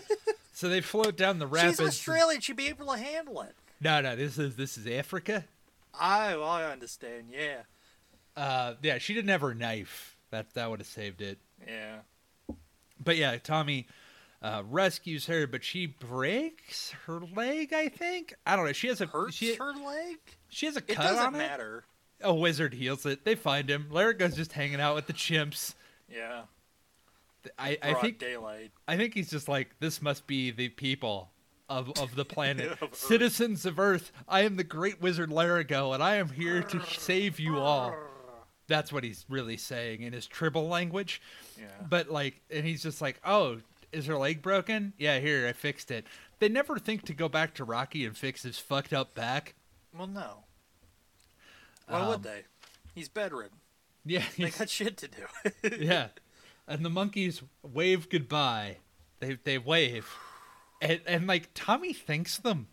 so they float down the rapids.
She's Australian. She'd be able to handle it.
No, no. This is this is Africa.
I, I understand. Yeah,
Uh, yeah, she didn't have her knife. That that would have saved it.
yeah.
But yeah, Tommy uh, rescues her, but she breaks her leg. I think I don't know. She has a
Hurts
she,
her leg.
she has a
It
cut
doesn't
on it.
matter.
A wizard heals it. They find him. Larica's just hanging out with the chimps.
Yeah,
I, I
broad
think
daylight.
I think he's just like this must be the people of of the planet,
*laughs* Of Earth.
citizens of Earth. I am the great wizard Larigo, and I am here to save you all. That's what he's really saying in his tribal language.
Yeah.
But like, and he's just like, oh, is her leg broken? Yeah, here I fixed it. They never think to go back to Rocky and fix his fucked up back. *laughs*
Well, no. Why
Um,
would they? He's bedridden.
Yeah,
They
he's-
*laughs* got shit to do.
*laughs* yeah. And the monkeys wave goodbye. They they wave, and and like Tommy thanks them,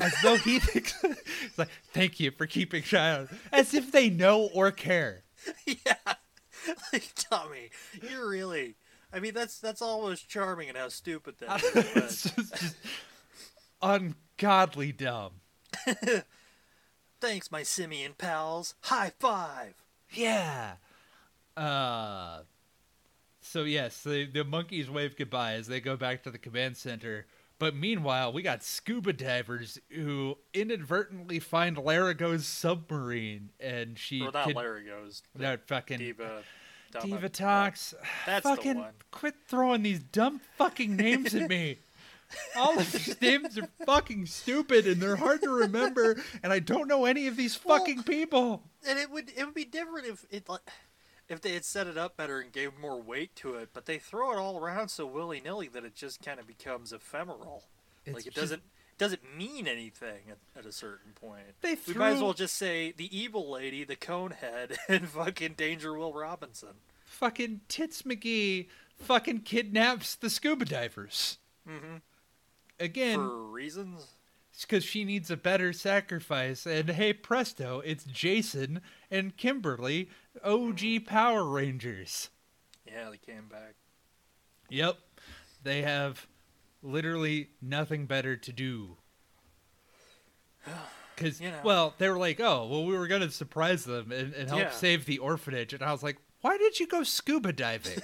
as though he *laughs* thinks it's like thank you for keeping child, as if they know or care. *laughs*
yeah. Like Tommy, you're really. I mean, that's that's almost charming and how stupid that
it's
*laughs* was.
just, just ungodly dumb.
Thanks, my simian pals. High five.
Yeah. Uh. So yes, the the monkeys wave goodbye as they go back to the command center. But meanwhile, we got scuba divers who inadvertently find Larigo's submarine, and she
Well, not
can-
Larry goes. the
that fucking
Diva. Dama-
Diva talks.
That's the
fucking
one.
quit throwing these dumb fucking names at me. All of
*laughs*
these names are fucking stupid and they're hard to remember, and I don't know any of these
Well,
fucking people.
And it would it would be different if it like if they had set it up better and gave more weight to it, but they throw it all around so willy nilly that it just kind of becomes ephemeral.
It's
like it
just-
doesn't doesn't mean anything at, at a certain point.
They
We might as
threw-
well just say the evil lady, the cone head, *laughs* and fucking Danger Will Robinson.
fucking Tits McGee fucking kidnaps the scuba divers. Mm-hmm. Again,
For reasons.
because she needs a better sacrifice. And hey, presto, it's Jason and Kimberly, OG Power Rangers.
Yeah, they came back. *laughs*
Yep. They have literally nothing better to
*sighs*
do. Because,
You know.
well, they were like, oh, well, we were going to surprise them and, and help
Yeah.
save the orphanage. And I was like, Why did you go scuba diving?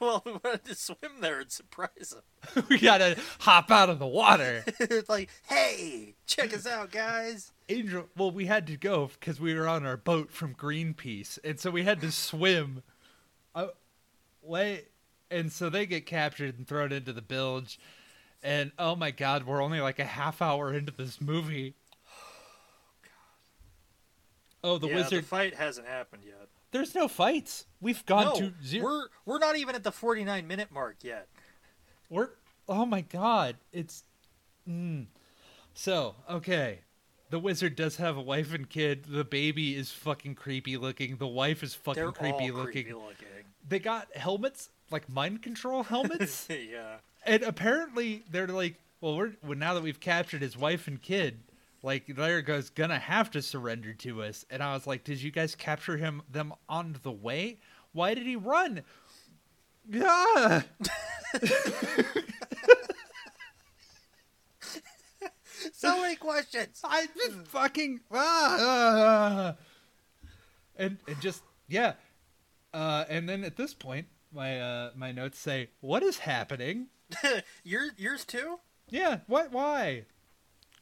well, we wanted to swim there and surprise him.
*laughs* we gotta hop out of the water.
*laughs* It's like, hey, check us out, guys.
*laughs* Angel, well, we had to go because we were on our boat from Greenpeace, and so we had to swim. Uh, wait, and so they get captured and thrown into the bilge, and oh my god, we're only like a half hour into this *gasps* movie. Oh, the
yeah,
wizard!
The fight hasn't happened yet.
There's no fights. We've gone
no,
to 0
we're we're not even at the 49 minute mark yet.
We're oh my god, it's mm. so okay. The wizard does have a wife and kid. The baby is fucking creepy looking. The wife is fucking
They're
creepy
all
looking.
creepy
They got helmets, like mind
*laughs*
control helmets, *laughs*
looking. yeah.
and apparently they're like, well, we're well, now that we've captured his wife and kid, like Largo's gonna have to surrender to us. And I was like, did you guys capture him them on the way? Why did he run? Yeah.
So many questions.
I just fucking ah, ah. and and just yeah, uh, and then at this point, my uh, my notes say, "What is happening?"
Your *laughs* yours too?
Yeah, what? Why?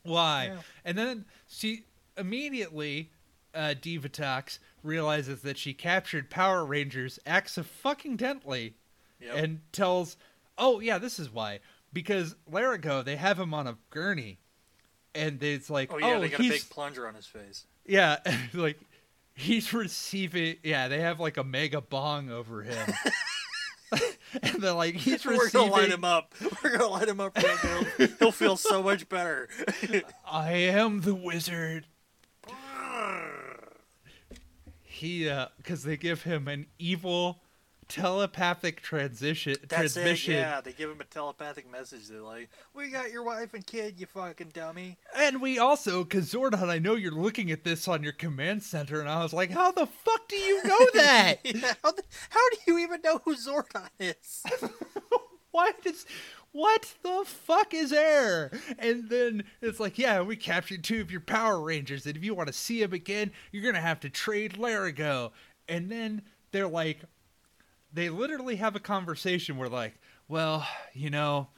Why?
Yeah.
And then she immediately, uh, Divatox realizes that she captured Power Rangers accidentally,
Yep.
and tells, "Oh yeah, this is why." Because Larigo, they have him on a gurney, and it's like,
oh yeah, they got a
he's
big plunger on his face.
yeah, like he's receiving. Yeah, they have like a mega bong over
*laughs*
him, *laughs* and they're like, *laughs* he's
We're gonna light
receiving.
him up. We're gonna light him up right
*laughs*
now. He'll feel so much better.
I am the wizard. He, because they give him an evil telepathic transition
That's it.
transmission,
Yeah, they give him a telepathic message. They're like, "We got your wife and kid, you fucking dummy."
and we also, because Zordon, I know you're looking at this on your command center, and I was like, how the fuck do you
*laughs*
know that?
Yeah, how, the, how do you even know who Zordon is?
what is what the fuck is air and then it's like yeah we captured two of your power rangers and if you want to see them again you're gonna have to trade larigo and then they're like they literally have a conversation where like well you know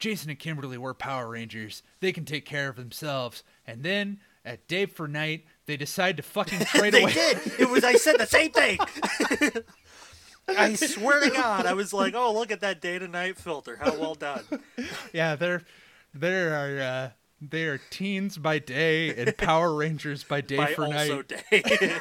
jason and kimberly were power rangers they can take care of themselves and then at day for night they decide to
*laughs*
fucking trade
they
away
did. It was. I said the
*laughs*
same thing. I swear to God, I was like, "Oh, look at that day to night filter. How well done."
yeah, they're they are uh, they are teens by day
*laughs*
and Power Rangers by day
By
for
also
night.
day.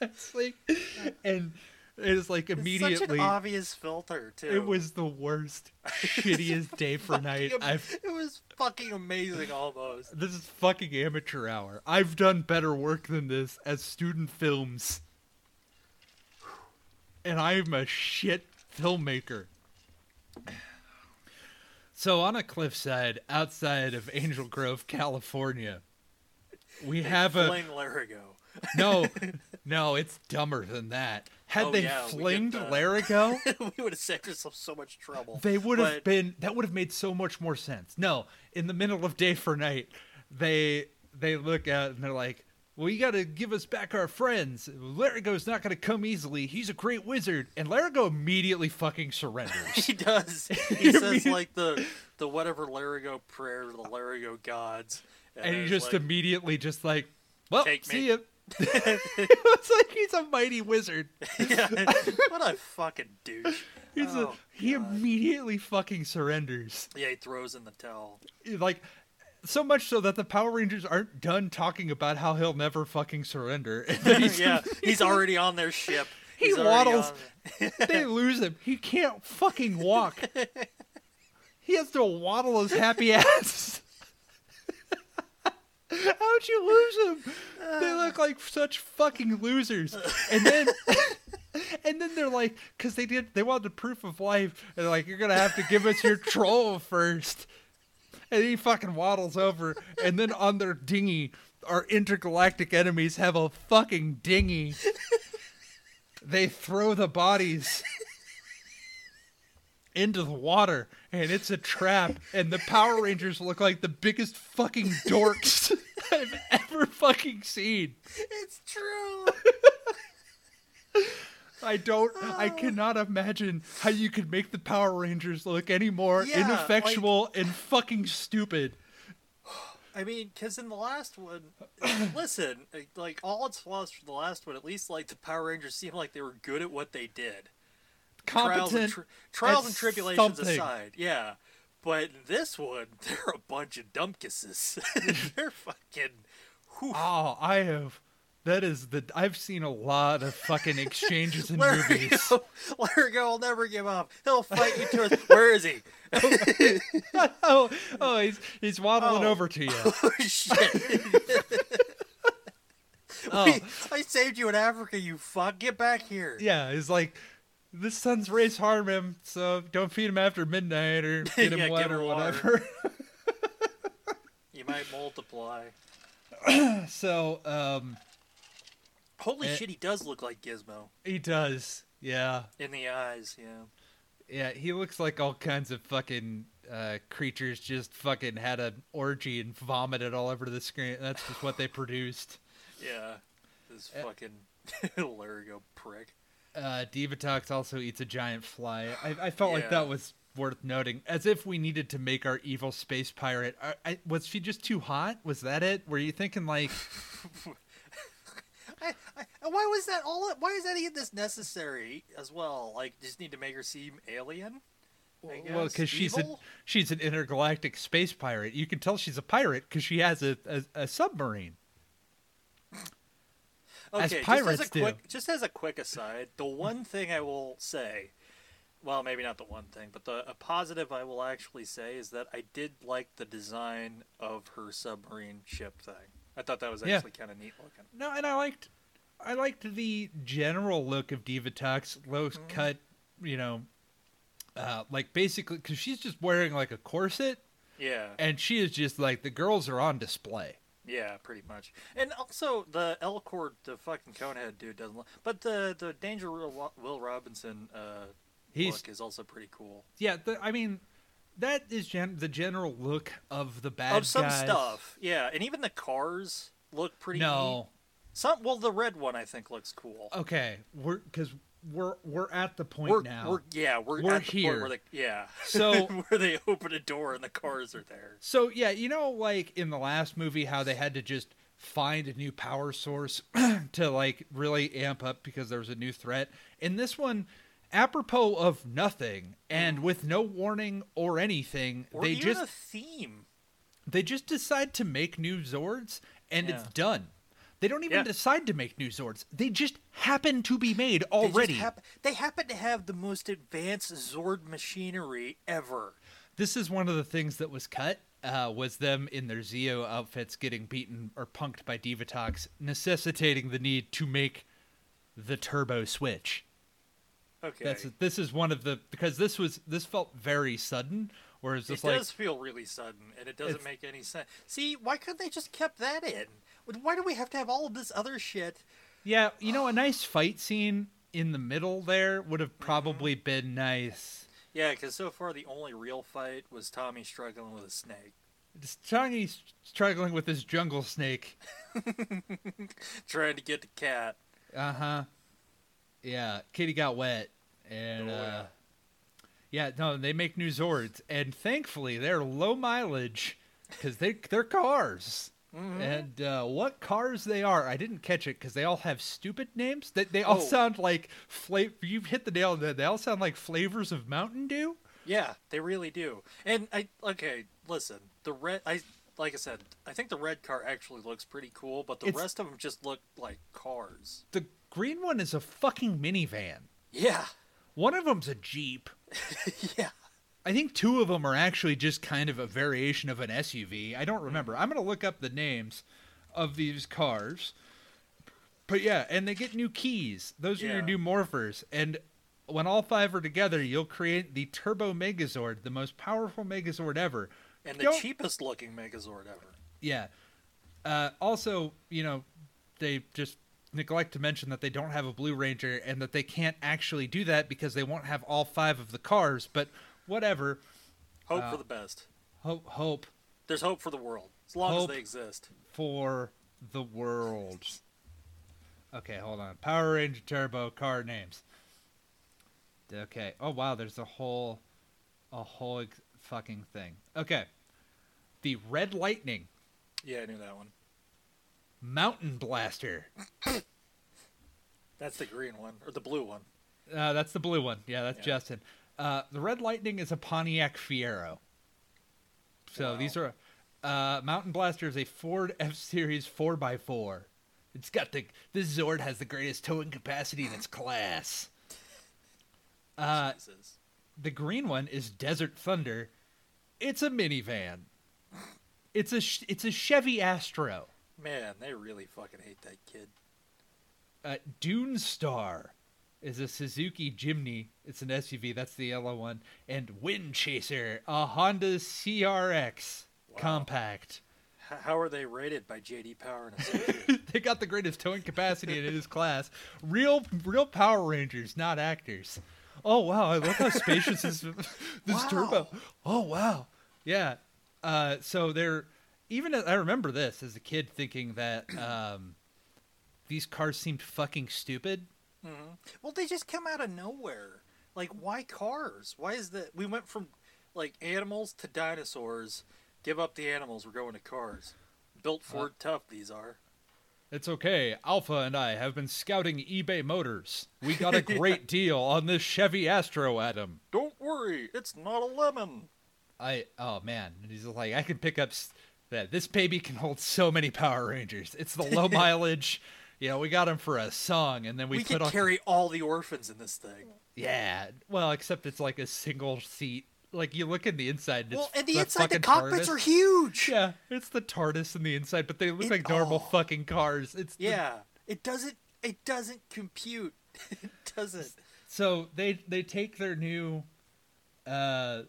It's like, *laughs* and it is like
Such an
*laughs* immediately
obvious filter too.
it was the worst, shittiest day for night.
*laughs* Fucking am-
I've
It was fucking amazing, almost.
this is fucking amateur hour. I've done better work than this as student films, and I'm a shit filmmaker. So on a cliffside outside of Angel Grove, California, we have a
Fling Larigo.
no, no. It's dumber than that. Had
Oh,
they
yeah, we get
flinged
that.
Larigo,
*laughs* we would have saved ourselves so much trouble.
they would have
But
been. That would have made so much more sense. No, in the middle of day for night, they they look out and they're like, "Well, you got to give us back our friends. Larigo's not going to come easily. He's a great wizard." And Larigo immediately fucking
*laughs*
surrenders. *laughs*
He does. He says like the the whatever Larigo prayer to the Larigo gods,
and he
it's
just
like,
immediately just like, "Well,
Take me."
see
*laughs*
ya." *laughs* it's like he's a mighty wizard.
*laughs* yeah, what a fucking douche.
He's a,
Oh,
he
God.
immediately fucking surrenders.
Yeah, he throws in the towel.
like so much so that the Power Rangers aren't done talking about how he'll never fucking surrender. *laughs* And
*laughs*
then he's-
yeah, he's already on their ship.
He
He's already
waddles.
on-
*laughs* they lose him. He can't fucking walk. he has to waddle his happy *laughs* ass. How'd you lose him? They look like such fucking losers. And then *laughs* and then they're like cuz they did they wanted proof of life and they're like you're going to have to give us your troll first. And he fucking waddles over and then on their dinghy our intergalactic enemies have a fucking dinghy. They throw the bodies into the water and it's a trap and the power rangers look like the biggest fucking
*laughs*
dorks i've ever fucking seen
It's true.
I don't.
Oh.
I cannot imagine how you could make the Power Rangers look any more
Yeah,
ineffectual and fucking stupid.
I mean, because in the last one, listen, like all its flaws from the last one, at least like the Power Rangers seemed like they were good at what they did. trials
Competent.
and, tri- trials
at
and tribulations
something.
aside, yeah. But in this one, *laughs* they're a bunch of dumpkisses. *laughs* they're fucking. whew.
Oh, I have. That is the. I've seen a lot of fucking exchanges in movies.
*laughs* Largo, Largo will never give up. He'll fight you to his. Where is he?
Oh, oh, he's he's waddling
Oh.
over to you.
*laughs* Oh
*laughs*
shit!
Oh,
Wait, I saved you in Africa. You fuck. Get back here.
yeah. He's like, this sun's rays harm him, so don't feed him after midnight
*laughs*
or get him
Yeah, give
wet
him
or
water.
whatever. *laughs*
You might multiply.
so, um,
Holy
Eh.
shit! He does look like Gizmo
he does. Yeah.
in the eyes. Yeah.
Yeah, he looks like all kinds of fucking uh, creatures just fucking had an orgy and vomited all over the screen. That's just what they
*sighs*
produced.
Yeah. This
Eh.
fucking *laughs* Largo prick.
Uh, Divatox also eats a giant fly. I, I felt like
Yeah.
that was worth noting, as if we needed to make our evil space pirate. I, I, was she just too hot? Was that it? Were you thinking like,
I, I, and why was that all? Why is that even this necessary as well? Like, just need to make her seem alien. I
well,
guess.
because she's a,
Evil?
she's an intergalactic space pirate. You can tell she's a pirate because she has a, a, a submarine.
okay,
as
just as
pirates
a
do.
quick, Just as a quick aside, the one thing I will say, well, maybe not the one thing, but the a positive I will actually say is that I did like the design of her submarine ship thing. I thought that was
Yeah.
actually kind of neat looking.
No, and I liked I liked the general look of Diva Tux, low cut, you know, uh, like basically because she's just wearing like a corset,
Yeah,
and she is just like the girls are on display.
yeah, pretty much. And also the Elcord, the fucking conehead dude doesn't. Look, but the the Danger Will Will Robinson uh,
He's
look is also pretty cool.
yeah, the, I mean, that is gen- the general look of the bad
Of some
guys.
stuff, yeah, and even the cars look pretty. neat.
No,
Some well, the red one I think looks cool.
okay, we're because we're we're at the point
we're,
now.
we're yeah, we're,
We're
at the point
here.
where they yeah.
So-
*laughs* where they open a door and the cars are there.
So yeah, you know, like in the last movie, how they had to just find a new power source *clears throat* to like really amp up because there was a new threat. In this one, apropos of nothing and with no warning or anything,
Mm. Or
they
even
just
a theme.
they just decide to make new Zords, and it's
Yeah.
done. They don't even
Yeah.
decide to make new Zords. They just happen to be made
They just
already.
hap- they happen to have the most advanced Zord machinery ever.
this is one of the things that was cut uh, was them in their Zeo outfits getting beaten or punked by Divatox, necessitating the need to make the turbo switch.
Okay,
That's this is one of the because this was this felt very sudden, whereas
it
just like
does feel really sudden, and it doesn't
It's-
make any sense. See, why couldn't they just kept that in? Why do we have to have all of this other shit?
yeah, you know, a nice fight scene in the middle there would
Mm-hmm.
have probably been nice.
Yeah, because so far the only real fight was Tommy struggling with a snake.
Changi's struggling with this jungle snake.
trying to get the cat.
Uh huh. Yeah, Kitty got wet, and
Oh,
uh, yeah, no, they make new Zords, and thankfully they're low mileage because they they're cars.
Mm-hmm.
And uh, what cars they are, I didn't catch it because they all have stupid names. That they, all
Oh.
sound like flavor. You've hit the nail on the head. They all sound like flavors of Mountain Dew.
Yeah, they really do. And I okay, listen, the red I like I said, I think the red car actually looks pretty cool, but the
It's-
rest of them just look like cars.
The green one is a fucking minivan.
Yeah,
One of them's a jeep.
yeah.
I think two of them are actually just kind of a variation of an SUV. I don't remember. I'm going to look up the names of these cars. But yeah, and they get new keys. Those are your
Yeah.
new morphers. And when all five are together, you'll create the Turbo Megazord, the most powerful Megazord ever.
And the
Don't-
cheapest looking Megazord ever.
Yeah. Uh, also, you know, they just neglect to mention that they don't have a Blue Ranger and that they can't actually do that because they won't have all five of the cars. But whatever.
Hope for the best.
Hope, hope.
There's hope for the world. As long
hope.
as they exist.
for the world. Okay, hold on. Power Ranger Turbo car names. Okay. Oh wow, there's a whole, a whole ex- fucking thing. Okay. The Red Lightning,
Yeah, I knew that one.
Mountain Blaster.
That's the green one or the blue one.
Uh, that's the blue one. Yeah, that's
Yeah.
Justin. Uh, the Red Lightning is a Pontiac Fiero. So
Wow.
these are. Uh, Mountain Blaster is a Ford F Series 4x4. It's got the. This Zord has the greatest towing capacity in its class. Uh,
Jesus.
the green one is Desert Thunder. It's a minivan. It's a sh- it's a Chevy Astro.
Man, they really fucking hate that kid.
Uh, Dune Star is a Suzuki Jimny. It's an SUV. That's the yellow one. And Wind Chaser, a Honda CRX
Wow. *laughs*
compact.
H- how are they rated by JD Power and Associates?
they got the greatest towing capacity in his class. Real, real Power Rangers, not actors. Oh wow, I love how spacious this *laughs* this
Wow.
turbo. Oh wow, yeah. Uh, so they're even. I remember this as a kid thinking that um, these cars seemed fucking stupid.
Well, they just come out of nowhere. Like, why cars? Why is that? We went from like animals to dinosaurs. Give up the animals. We're going to cars. Built
Uh,
Ford Tough. These are.
It's okay. Alpha and I have been scouting eBay Motors. We got a great
*laughs*
deal on this Chevy Astro Atom.
Don't worry, it's not a lemon.
I oh man, and he's like I can pick up s- that this baby can hold so many Power Rangers. It's the
*laughs*
low mileage. You know, we got him for a song, and then we,
We,
put
could
on
carry all the orphans in this thing.
yeah. Well, except it's like a single seat. Like you look in the inside. And
Well,
it's
and the inside, the
fucking
cockpits
TARDIS.
are huge.
Yeah, it's the TARDIS in the inside, but they look
It-
like normal
oh.
fucking cars. It's the-
Yeah, it doesn't. It doesn't compute. *laughs* it doesn't.
so they they take their new, uh,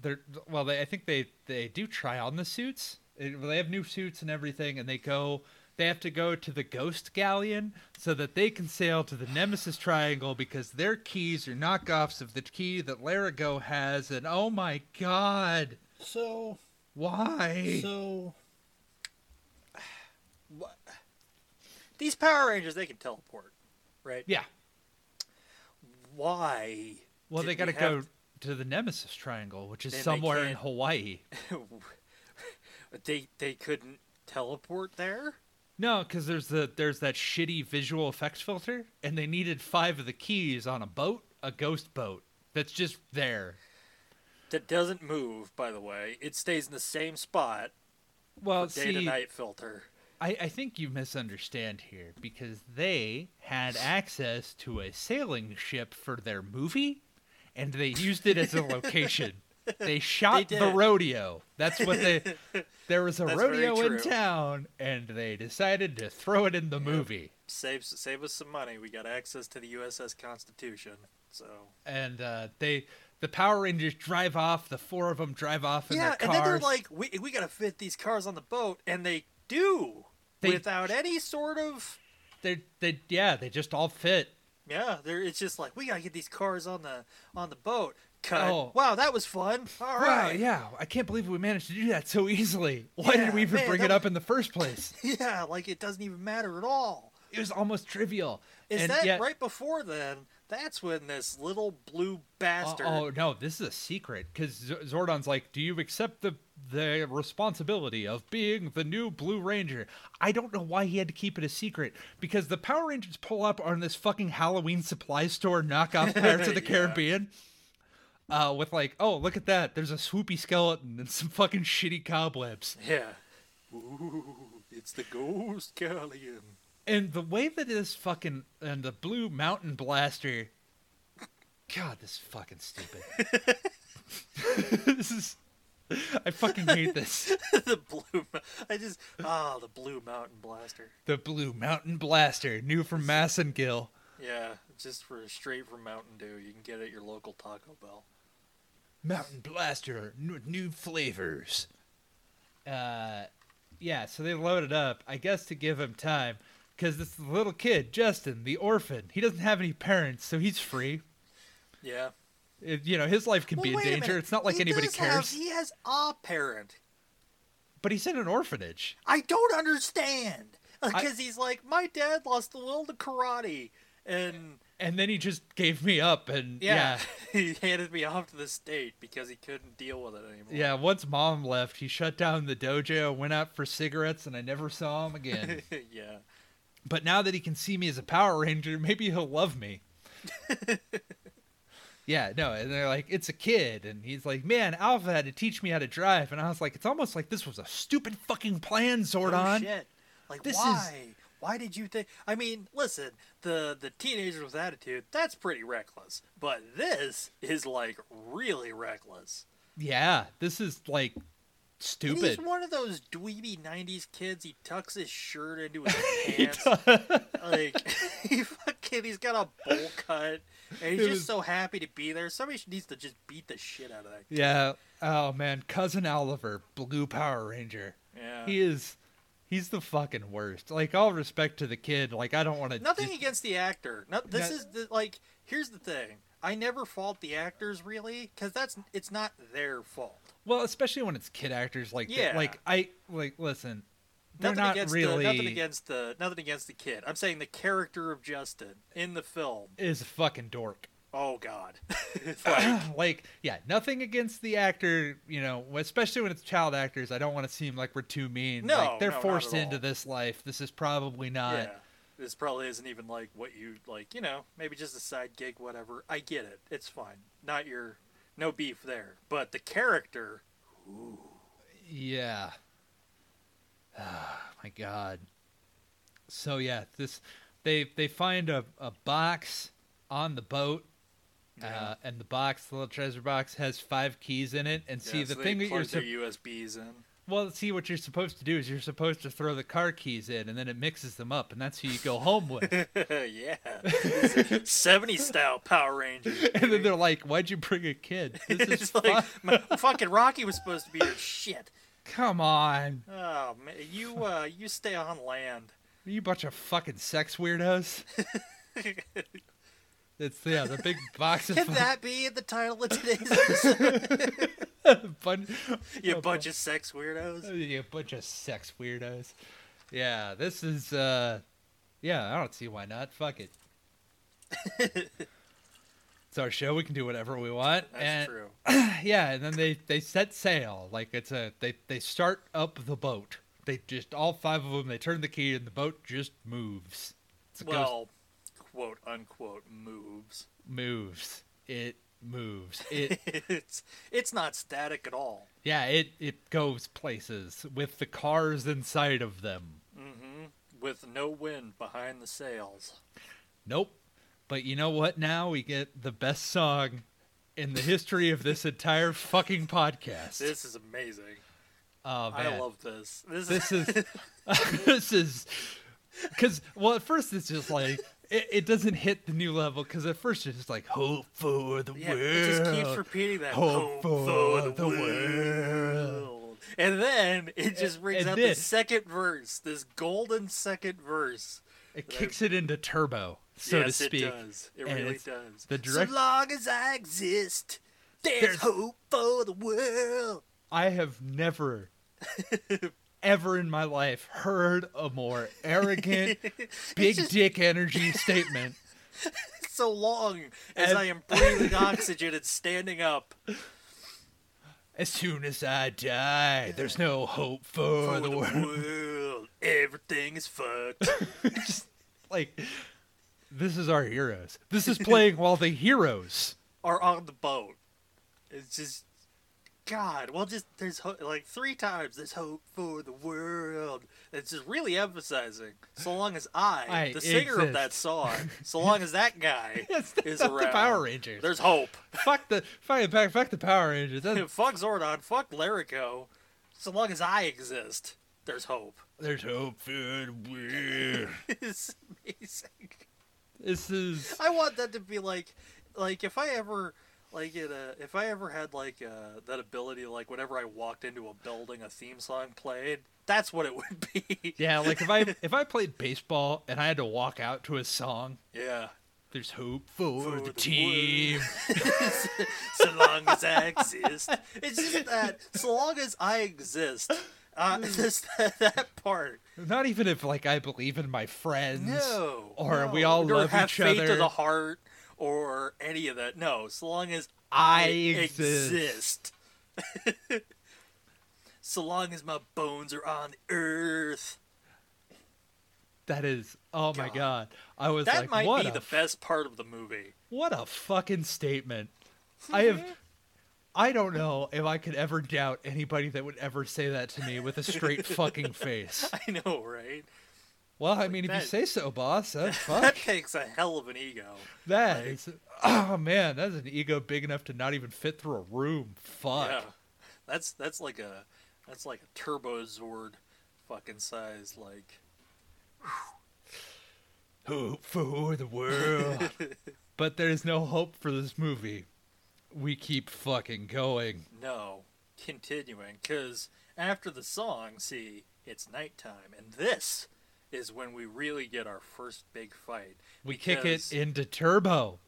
their well, they I think they they do try on the suits. It- well, they have new suits and everything, and they go. They have to go to the Ghost Galleon so that they can sail to the Nemesis Triangle because their keys are knockoffs of the key that Larigo has. And oh my god,
So,
why?
so. What? These Power Rangers, they can teleport, right?
yeah.
why?
Well,
did
they
we
got to go
have
to the Nemesis Triangle, which is
Then they
somewhere in
can't-
Hawaii.
they they couldn't teleport there.
No, because there's the there's that shitty visual effects filter, and they needed five of the keys on a boat, a ghost boat that's just there.
That doesn't move, by the way. It stays in the same spot.
Well,
Day to
Oh, see, I,
night filter.
I think you misunderstand here because they had access to a sailing ship for their movie, and they used it as a
*laughs*
location. They shot
They
the
did.
rodeo. That's what
*laughs*
they. There was a
That's very
rodeo in
true.
town, and they decided to throw it in the movie.
Save save us some money. We got access to the USS Constitution. So
and uh, they the Power Rangers drive off. The four of them drive off in
yeah,
their cars.
and then they're like, we we gotta fit these cars on the boat, and they do
They-
without any sort of
they they yeah, they just all fit.
yeah. They're, it's just like we gotta get these cars on the on the boat. Cut.
Oh.
Wow, that was fun. All right.
Wow, yeah, I can't believe we managed to do that so easily. Why did
Yeah,
we even
man,
bring
that
it up in the first
*laughs*
place?
*laughs* Yeah, like it doesn't even matter at all.
It was almost trivial.
Is
And
that
yet-
right before then? That's when this little blue
Oh,
bastard.
oh no, this is a secret because Zordon's like, "Do you accept the the responsibility of being the new Blue Ranger?" I don't know why he had to keep it a secret because the Power Rangers pull up on this fucking Halloween supply store knockoff Pirates of the
Yeah.
Caribbean. Uh, with like, oh look at that! There's a swoopy skeleton and some fucking shitty cobwebs.
Yeah. Ooh, it's the ghost galleon.
And the way that this fucking and the blue mountain blaster, God, this is fucking
*laughs*
stupid. *laughs* this is, I fucking hate this.
*laughs* the blue. Mo- I just ah, the blue mountain blaster.
The blue mountain blaster, new from Massengill.
Yeah, just for straight from Mountain Dew. You can get it at your local Taco Bell.
Mountain blaster, n- new flavors. Uh, yeah. So they load it up, I guess, to give him time, because this little kid, Justin, the orphan, he doesn't have any parents, so he's free.
Yeah.
It- you know, his life can
Well,
be in
wait a
danger.
minute.
It's not like
He
anybody
does
cares.
have- he has a parent.
But he's in an orphanage.
I don't understand. Because he's like, my dad lost the will to karate, and
and then he just gave me up and
yeah, *laughs*
yeah.
he handed me off to the state because he couldn't deal with it anymore.
Yeah, once mom left, he shut down the dojo, went out for cigarettes, and I never saw him
*laughs*
again.
*laughs* yeah.
but now that he can see me as a Power Ranger, maybe he'll love
*laughs*
me. yeah, no, and they're like, it's a kid. And he's like, man, Alpha had to teach me how to drive. And I was like, it's almost like this was a stupid fucking plan,
Oh,
Zordon.
shit. Like
This is-
why? Why did you think? I mean, listen, the the teenager with attitude. That's pretty reckless. But this is like really reckless.
yeah, this is like
And
stupid. *laughs*
He's one of those dweeby '90s kids. He tucks his shirt
*laughs*
into his
He
pants.
does-
Like *laughs* he fucking, he's got a bowl cut, and he's
It
just
was-
so happy to be there. Somebody should- needs to just beat the shit out of that.
yeah. Oh, man. Cousin Oliver, Blue Power Ranger.
Yeah.
he is he's the fucking worst like all respect to the kid like i don't want to
Nothing against the actor. No, this
No-
is the, like here's the thing. I never fault the actors really, because that's it's not their fault.
well especially when it's kid actors like that.
Yeah.
like i like listen they're
Nothing
not
against
really
the, nothing against the nothing against the kid. I'm saying the character of Justin in the film.
is a fucking dork *clears throat*
Oh God, *laughs*
*coughs*
It's like,
like yeah nothing against the actor you know especially when it's child actors i don't want to seem like we're too mean
No,
like they're
no, not
forced
at all.
into this life this is probably not
yeah, this probably isn't even like what you like. You know, maybe just a side gig, whatever. I get it. It's fine. Not your no beef there, but the character.
Yeah. *sighs* Ah, my God. So yeah, this they they find a, a box on the boat, uh,
Yeah.
and the box, the little treasure box, has five keys in it. And see
Yeah,
the
so they
thing that you're
plug their
sup-
USBs in.
well, see what you're supposed to do is you're supposed to throw the car keys in, and then it mixes them up, and that's who you go home
*laughs*
with.
yeah, 70 style Power Rangers.
*laughs* and then they're like, "Why'd you bring a
*laughs*
kid? This is
it's like
fu-
*laughs* my,
*laughs*
fucking Rocky was supposed to be your shit.
come on,
Oh man, you uh, you stay on
*laughs*
land.
you bunch of fucking sex
*laughs*
weirdos." It's yeah, the big box of
Can
*laughs*
that be the title of today's episode?
fun,
you bunch of sex weirdos.
you bunch of sex weirdos. Yeah, this is uh yeah, I don't see why not. Fuck
*laughs*
it. it's our show, we can do whatever we want.
That's
and
true.
*clears throat* yeah, and then they they set sail. Like it's a they they start up the boat. They just all five of them they turn the key and the boat just moves. It's a ghost-
Well, quote unquote moves. *laughs*
moves. It moves. It *laughs*
it's it's not static at all.
yeah, it it goes places with the cars inside of them.
With no wind behind the sails.
Nope. But you know what? Now we get the best song in the history of this entire fucking podcast.
This is amazing.
oh, man.
I love this. This,
*laughs* this
is *laughs*
is *laughs* this is because well at first it's just like it, it doesn't hit the new level because at first it's just like hope for the
yeah.
world.
It just keeps repeating that.
hope for the world.
world. And then it just brings
and
out
then-
the second verse, this golden second verse.
It kicks it into turbo, so
yes,
to speak.
it does. It
And
really
it's
does.
the direct-
So long as I exist, there's,
There's-
hope for the world.
I have
*laughs*
never ever in my life heard a more
*laughs*
arrogant big
just-
dick energy statement
So long as
And-
I am breathing oxygen and standing up
As soon as I die, there's no hope for,
for
the
the
world.
world, everything is fucked.
Just like this is our heroes. This is playing while the heroes.
are on the boat. It's just God. Well, just there's ho- like three times there's hope for the world. It's just really emphasizing. So long as I,
*laughs* I
the singer of that
exist.
song, so long as
*laughs*
that guy
It's
is
not
around,
the Power Rangers. *laughs*
there's hope. *laughs*
Fuck the fuck, fuck, fuck the Power Rangers. That's-
fuck Zordon. Fuck Lyrico. So long as I exist, there's hope. *laughs*
there's hope for the world.
it's amazing.
This is
I want that to be like, like if I ever, like in a, if I ever had like uh, that ability, like whenever I walked into a building, a theme song played. That's what it would *laughs* be.
yeah. Like if I if I played baseball and I had to walk out to a song,
Yeah.
there's hope for,
For
the,
the
team.
so long as I exist, it's *laughs* just that. So long as I exist, Uh,
Hmm.
this that part.
*laughs* Not even if like I believe in my friends.
No.
Hmm. Or
no.
we all
or
love
have
each
faith
other.
to the heart or any of that. No, so long as
I exist.
exist. *laughs* so long as my bones are on the earth.
That is oh my
God.
god. I was
That
like
might
what
be
a
the best part of the movie. *laughs*
What a fucking statement. I have I don't know if I could ever doubt anybody that would ever say that to me with a
*laughs*
straight fucking face.
I know, right?
Well, I mean, if you
that-
say so, boss,
*laughs*
that's fuck.
That takes a hell of an ego.
That is, oh man, that's an ego big enough to not even fit through a room. Fuck.
Yeah, that's that's like a that's like a turbo zord, fucking size. Like
Hope for the
*laughs*
world. but there's no hope for this movie. We keep fucking going.
no, continuing because after the song, see, it's nighttime, and this is when we really get our first big fight.
We kick it
because
into turbo.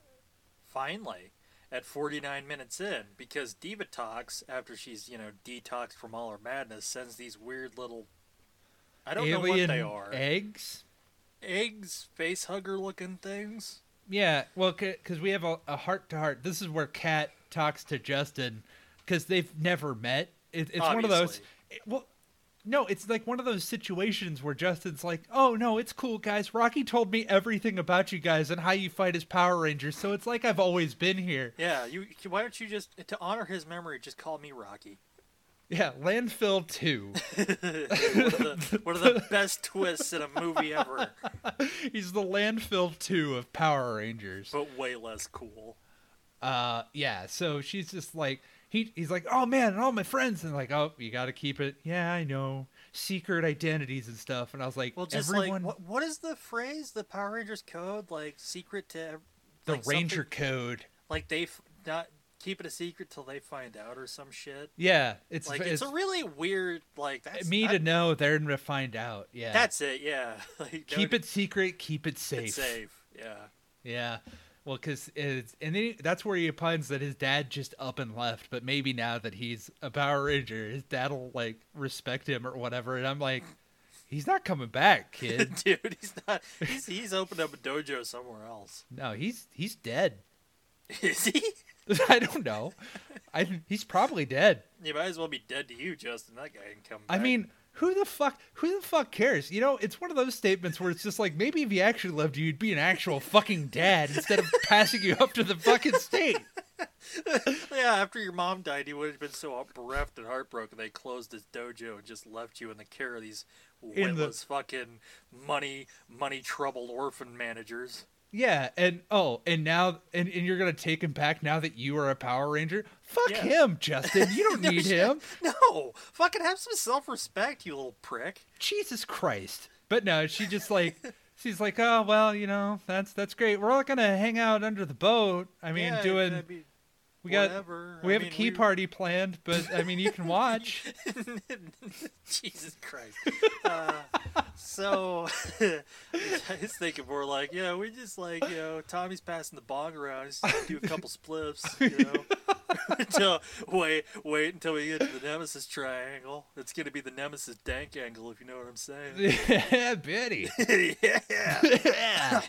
finally at 49 minutes in because Divatox, after she's you know detoxed from all her madness, sends these weird little. I don't know what
Alien
they are.
eggs.
Eggs, face hugger looking things.
Yeah, well, because we have a heart to heart. This is where Kat talks to Justin because they've never met. It, it's one of those.
Obviously.
it- well, no, it's like one of those situations where Justin's like, "Oh no, it's cool, guys. Rocky told me everything about you guys and how you fight as Power Rangers, so it's like I've always been here."
Yeah, you. Why don't you just to honor his memory, just call me Rocky? *laughs*
Yeah, landfill two.
One of the, one of
*laughs*
the best twists in a movie ever,
He's the landfill two of Power Rangers.
but way less cool.
uh yeah so she's just like he he's like oh man and all my friends and like oh you gotta keep it yeah i know secret identities and stuff and i was like
Well, just
everyone
like what, what is the phrase? The Power Rangers code, like secret to ev-
the
like something-
ranger code
like they f- not keep it a secret till they find out or some shit.
yeah it's,
Like
it's,
it's, a really weird like that's
me to
that-
know they're to find out yeah
That's it, yeah. *laughs* Like
keep
don't-
it secret keep it
it's
safe
safe, yeah. *laughs*
yeah well because it's and then he- that's where he opines that his dad just up and left but maybe now that he's a power ranger his dad'll like respect him or whatever and i'm like he's not coming back kid
*laughs* Dude, he's not. He's he's opened up a dojo somewhere else. *laughs*
No, he's he's dead. *laughs*
Is he?
I don't know. I he's probably dead.
You might as well be dead to you, Justin. That guy can come.
I
Back.
mean, who the fuck who the fuck cares? You know, it's one of those statements where it's just like maybe if he actually loved you, you'd be an actual fucking dad instead of *laughs* passing you up to the fucking state.
*laughs* yeah. After your mom died, he would have been so bereft and heartbroken. They closed his dojo and just left you in the care of these
the-
witless fucking money money troubled orphan managers.
Yeah, and oh, and now and, and you're gonna take him back now that you are a Power Ranger? Fuck
Yeah.
him, Justin. You
*laughs*
don't need him.
No, fucking have some self respect, you little prick.
Jesus Christ. But no, she just like
*laughs*
she's like, Oh well, you know, that's that's great. We're all gonna hang out under the boat. I mean,
Yeah,
doing
that'd be
we got
whatever.
We
I
have
mean,
a key
we-
party planned, but I mean, you can watch.
*laughs*
*laughs*
Jesus Christ. Uh, so *laughs* I was thinking more like, you know, we just like, you know, Tommy's passing the bong around. He's just do a
*laughs*
couple spliffs, you know. *laughs* until, wait, wait until we get to the Nemesis triangle. It's gonna be the Nemesis dank angle, if you know what
*laughs*
I'm saying. *laughs*
yeah, Betty.
yeah.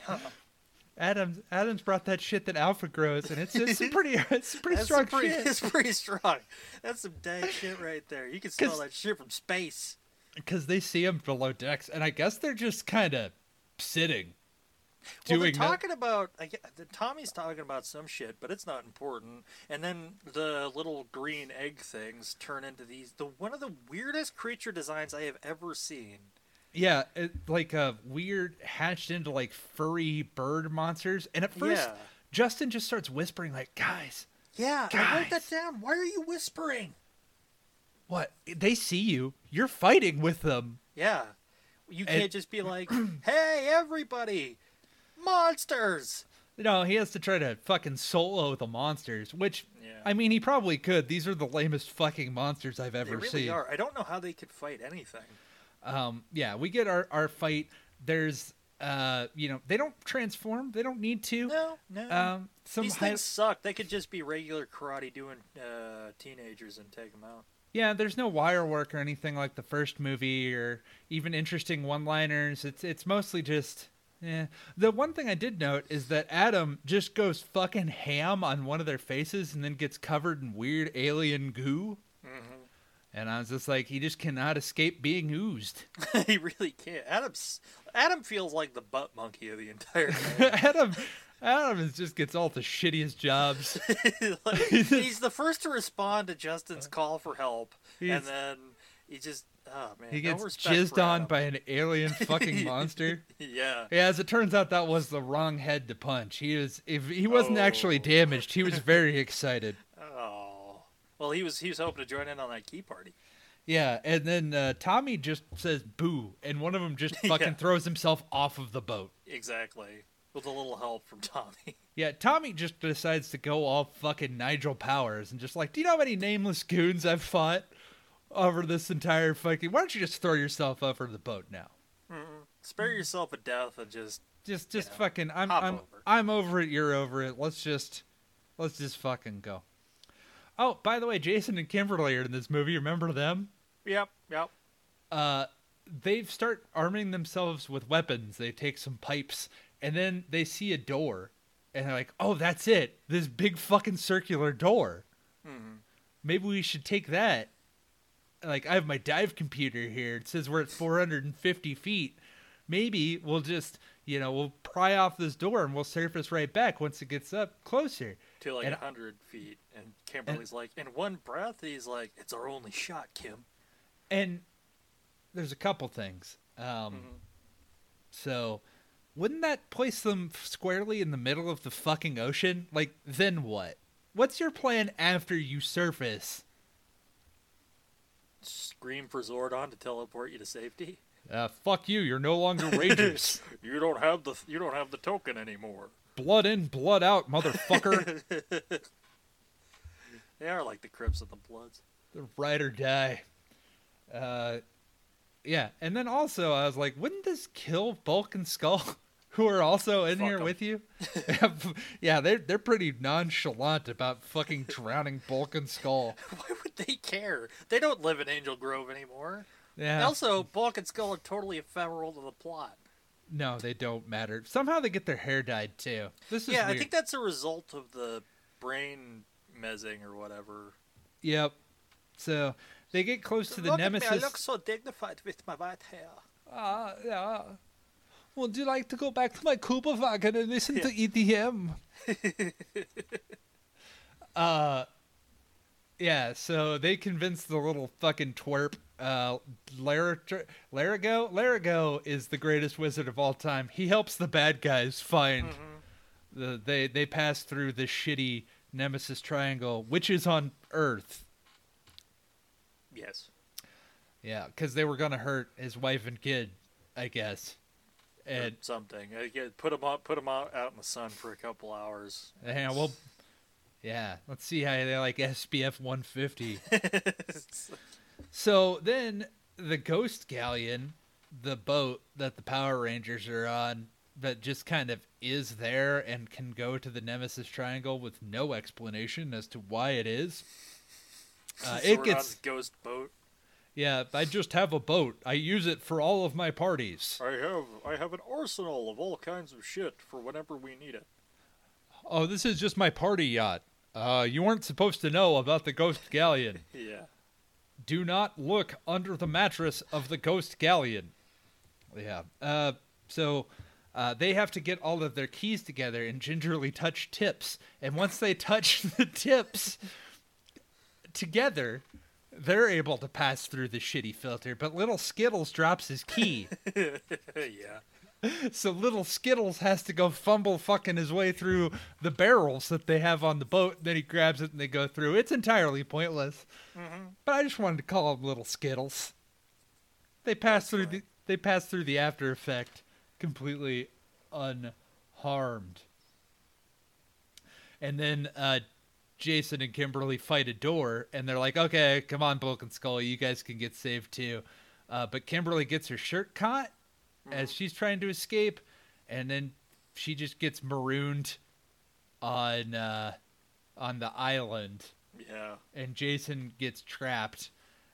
Adams Adams brought that shit that Alpha grows, and it's it's some pretty *laughs* it's some pretty
That's
strong
pretty,
shit.
It's pretty strong. That's some dank shit right there. You can smell
'Cause-
that shit from space.
Because they see him below decks, and I guess they're just kind of sitting,
Well, they're
doing no-
talking about I get, the, Tommy's talking about some shit, but it's not important. And then the little green egg things turn into these the one of the weirdest creature designs I have ever seen.
yeah, it, like a weird hatched into like furry bird monsters. And at first,
Yeah.
Justin just starts whispering like, "Guys,
Yeah, I
Guys.
wrote that down. Why are you whispering?
what? They see you. You're fighting with them."
Yeah, you
And-
can't just *clears throat* be like, "Hey, everybody, monsters!"
No, he has to try to fucking solo the monsters, which
Yeah.
I mean he probably could. These are the lamest fucking monsters I've
They
ever
really
seen.
are. I don't know how they could fight anything.
Um yeah, we get our our fight. There's uh you know, they don't transform, they don't need to.
No, no.
Um some
These
high-
things suck. They could just be regular karate doing uh, teenagers and take them out. *laughs*
Yeah, there's no wire work or anything like the first movie, or even interesting one-liners. It's it's mostly just. Yeah. The one thing I did note is that Adam just goes fucking ham on one of their faces and then gets covered in weird alien goo.
Mm-hmm.
And I was just like, he just cannot escape being oozed.
he really can't. Adam's Adam feels like the butt monkey of
*laughs*
the entire. thing.
*laughs* Adam, Adam is, just gets all the shittiest jobs.
*laughs* Like, he's the first to respond to Justin's call for help,
He's-
and then he just oh man,
He
no
gets
respect
jizzed
for
on
Adam.
by an alien fucking monster.
*laughs* yeah.
Yeah, as it turns out, that was the wrong head to punch. He is if he wasn't actually
Oh.
damaged,
*laughs*
he was very excited.
Oh well, he was he was hoping to join in on that key party.
Yeah, and then uh, Tommy just says boo, and one of them just
*laughs* Yeah.
fucking throws himself off of the boat.
Exactly, with a little help from Tommy. *laughs*
Yeah, Tommy just decides to go all fucking Nigel Powers and just like, do you know how many nameless goons I've fought over this entire fucking? Why don't you just throw yourself over the boat now?
Spare
Hmm.
yourself a death and just
Just, just
Yeah,
fucking. I'm,
hop
I'm,
over.
I'm over it. You're over it. Let's just, let's just fucking go. Oh, by the way, Jason and Kimberly are in this movie. Remember them?
yep yep.
uh, they start arming themselves with weapons. They take some pipes, and then they see a door, and they're like, "Oh, that's it! This big fucking circular door. Maybe we should take that." And, Like, I have my dive computer here. It says we're at 450 feet. Maybe we'll just, you know, we'll pry off this door and we'll surface right back once it gets up closer.
to like
And-
a hundred feet, and Kimberly's like, in one breath, he's like, "It's our only shot, Kim."
And there's a couple things. Um, So, wouldn't that place them squarely in the middle of the fucking ocean? Like, then what? What's your plan after you surface?
Scream for Zordon to teleport you to safety. *laughs*
Uh, fuck you. You're no longer Rangers.
You don't have the you don't have the token anymore.
blood in, blood out, motherfucker.
They are like the Crips and the Bloods. *laughs*
the ride or die. Uh, yeah. And then also, I was like, wouldn't this kill Bulk and Skull, *laughs* who are also in
Fuck
here
'em.
with
*laughs*
you? *laughs* yeah, they're they're pretty nonchalant about fucking drowning Bulk and Skull.
Why would they care? They don't live in Angel Grove anymore.
Yeah.
Also, Bulk and Skull are totally ephemeral to the plot.
No, they don't matter. Somehow they get their hair dyed too. This is
yeah,
weird.
I think that's a result of the brain mezzing or whatever.
Yep. So they get close to the
Look
nemesis.
At me, I look so dignified with my white hair.
Ah, yeah. Would you like to go back to my Cuba wagon and listen to E EDM? uh, yeah. So they convince the little fucking twerp, uh, Lara, Tr- Larago. Larago is the greatest wizard of all time. He helps the bad guys find the they they pass through the shitty Nemesis Triangle, which is on Earth.
Yes.
Yeah, because they were gonna hurt his wife and kid, I guess.
or
And
something. Uh, yeah, put them up, put 'em out, out in the sun for a couple hours.
*laughs*
*laughs*
Yeah, Uh, well, yeah. Let's see how they like SPF 150. so then the ghost galleon, the boat that the Power Rangers are on, that just kind of is there and can go to the Nemesis Triangle with no explanation as to why it is. Uh, it
Zordon's
gets
ghost boat.
yeah. I just have a boat. I use it for all of my parties.
I have I have an arsenal of all kinds of shit for whenever we need it.
Oh, this is just my party yacht. Uh, you weren't supposed to know about the ghost galleon.
Yeah. *laughs*
do not look under the mattress of the ghost galleon. Yeah. Uh, so uh, they have to get all of their keys together and gingerly touch tips. And once they touch *laughs* the tips together, they're able to pass through the shitty filter. But little Skittles drops his key.
yeah.
so little Skittles has to go fumble fucking his way through the barrels that they have on the boat. Then he grabs it and they go through. It's entirely pointless. But I just wanted to call them little Skittles. They pass through the they pass through the after effect completely unharmed. And then uh, Jason and Kimberly fight a door, and they're like, "Okay, come on, Bulk and Skull, you guys can get saved too." Uh, but Kimberly gets her shirt caught as she's trying to escape, and then she just gets marooned on uh, on the island
Yeah.
and Jason gets trapped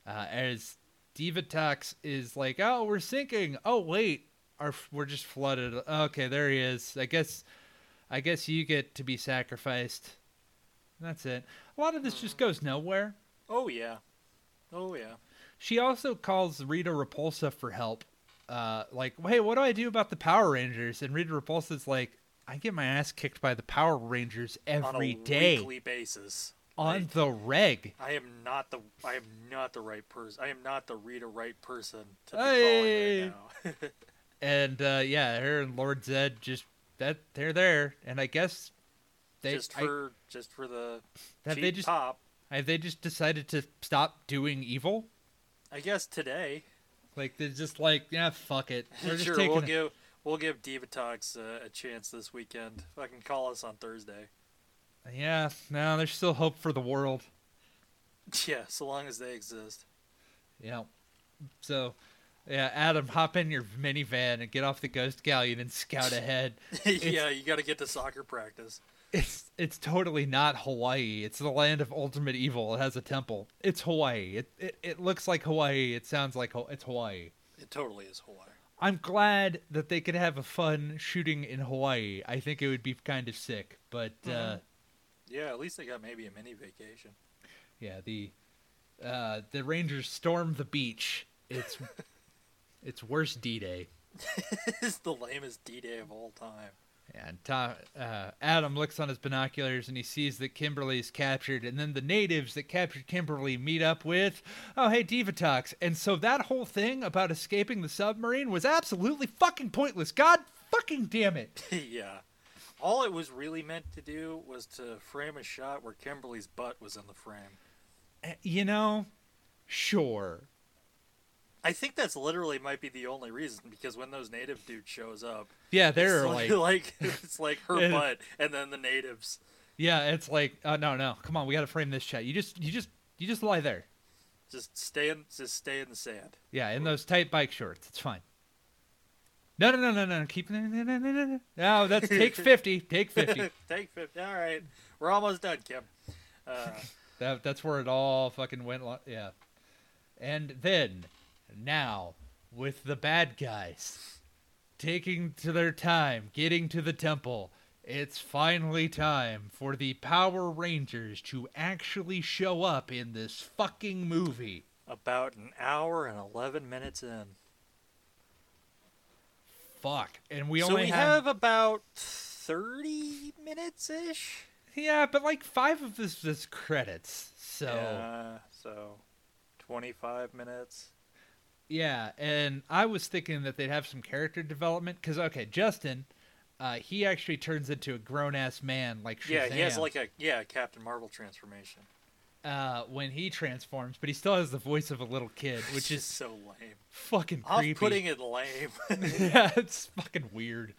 Uh, as Divatox is like, oh, we're sinking. Oh, wait, our, we're just flooded. Okay, there he is. I guess, I guess you get to be sacrificed. That's it. A lot of this just goes nowhere.
Oh yeah. Oh yeah.
She also calls Rita Repulsa for help. Uh, like, hey, what do I do about the Power Rangers? And Rita Repulsa's like, I get my ass kicked by the Power Rangers every
on a
day
weekly basis.
on the reg.
I am not the I am not the right person. I am not the Rita right person to be
Hey.
calling right now. *laughs*
And uh, yeah, her and Lord Zed just that they're there, and I guess they
just
I-
for just for the
That
cheap
they just-
pop.
have they just decided to stop doing evil.
I guess today.
Like they're just like, yeah, fuck
*laughs*
it. *laughs* We're just
sure,
taking
we'll
it.
give we'll give Divatox uh, a chance this weekend. Fucking call us on Thursday. *laughs*
Yeah, no, there's still hope for the world.
Yeah, so long as they exist. *laughs*
Yeah. So, yeah, Adam, hop in your minivan and get off the Ghost Galleon and scout ahead.
yeah, you got to get to soccer practice.
It's it's totally not Hawaii. It's the land of ultimate evil. It has a temple. It's Hawaii. It it, it looks like Hawaii. It sounds like Ho- it's Hawaii.
It totally is Hawaii.
I'm glad that they could have a fun shooting in Hawaii. I think it would be kind of sick, but uh,
Yeah, at least they got maybe a mini vacation. *laughs*
yeah, the uh, the Rangers storm the beach. It's it's worse D-Day.
it's the lamest D-Day of all time. *laughs*
And Tom, uh, Adam looks on his binoculars and he sees that Kimberly's captured, and then the natives that captured Kimberly meet up with, oh hey Divatox, and so that whole thing about escaping the submarine was absolutely fucking pointless. God fucking damn it!
yeah. All it was really meant to do was to frame a shot where Kimberly's butt was in the frame.
Uh, You know, sure,
I think that's literally might be the only reason because when those native dude shows up,
yeah, they're like,
it's *laughs* like it's like
*laughs*
her
And-
butt and then the natives.
yeah, it's like, uh, no, no, come on, we got to frame this shot. You just, you just, you just lie there,
Just stay in just stay in
*laughs*
the sand.
yeah, in those tight bike shorts. It's fine. No, no, no, no, no, keep, no, no, no, no, no, no. No, that's take fifty, take fifty.
*laughs* Take fifty. All right, we're almost done, Kim. Uh,
That that's where it all fucking went. Lo- yeah, and then now with the bad guys taking to their time, getting to the temple, it's finally time for the Power Rangers to actually show up in this fucking movie.
about an hour and eleven minutes in,
Fuck, and we
so
only
we have about thirty minutes ish.
yeah, but like five of this is credits. So
Yeah, so twenty-five minutes.
Yeah, and I was thinking that they'd have some character development because okay, Justin, uh, he actually turns into a grown ass man like Shazam
Yeah, he has like a yeah Captain Marvel transformation,
uh, when he transforms, but he still has the voice of a little kid, which
*laughs* just
is
so lame,
fucking creepy.
off-putting and lame.
*laughs*
*laughs*
yeah, it's fucking weird.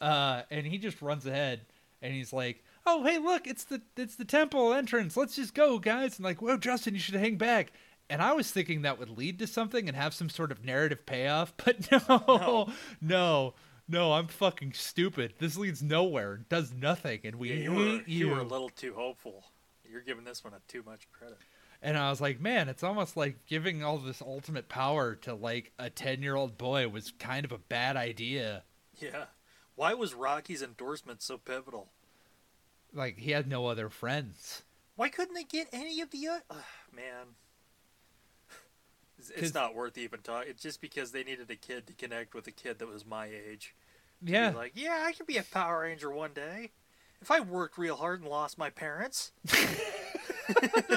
Uh, and he just runs ahead and he's like, "Oh, hey, look, it's the it's the temple entrance. Let's just go, guys." And like, "Whoa, Justin, you should hang back." And I was thinking that would lead to something and have some sort of narrative payoff, *laughs* but no, no,
No.
no, I'm fucking stupid. This leads nowhere. It does nothing, and we
Yeah, you,
hate
were, you were a
you.
little too hopeful. You're giving this one a too much credit.
And I was like, man, it's almost like giving all this ultimate power to like a ten year old boy was kind of a bad idea.
Yeah. Why was Rocky's endorsement so pivotal?
Like he had no other friends.
Why couldn't they get any of the other? man, *laughs* it's, it's
'Cause-
not worth even talking. It's just because they needed a kid to connect with a kid that was my age. To be
Yeah.
like yeah, I could be a Power Ranger one day if I worked real hard and lost my
*laughs*
parents. *laughs*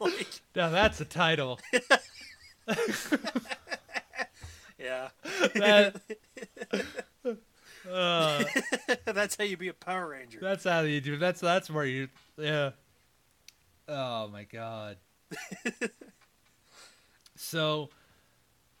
like,
Now that's a
*laughs*
title.
yeah, *laughs*
That- uh,
that's how you be a Power Ranger.
that's how you do. That's that's where you. Yeah. Oh my
*laughs*
god. so,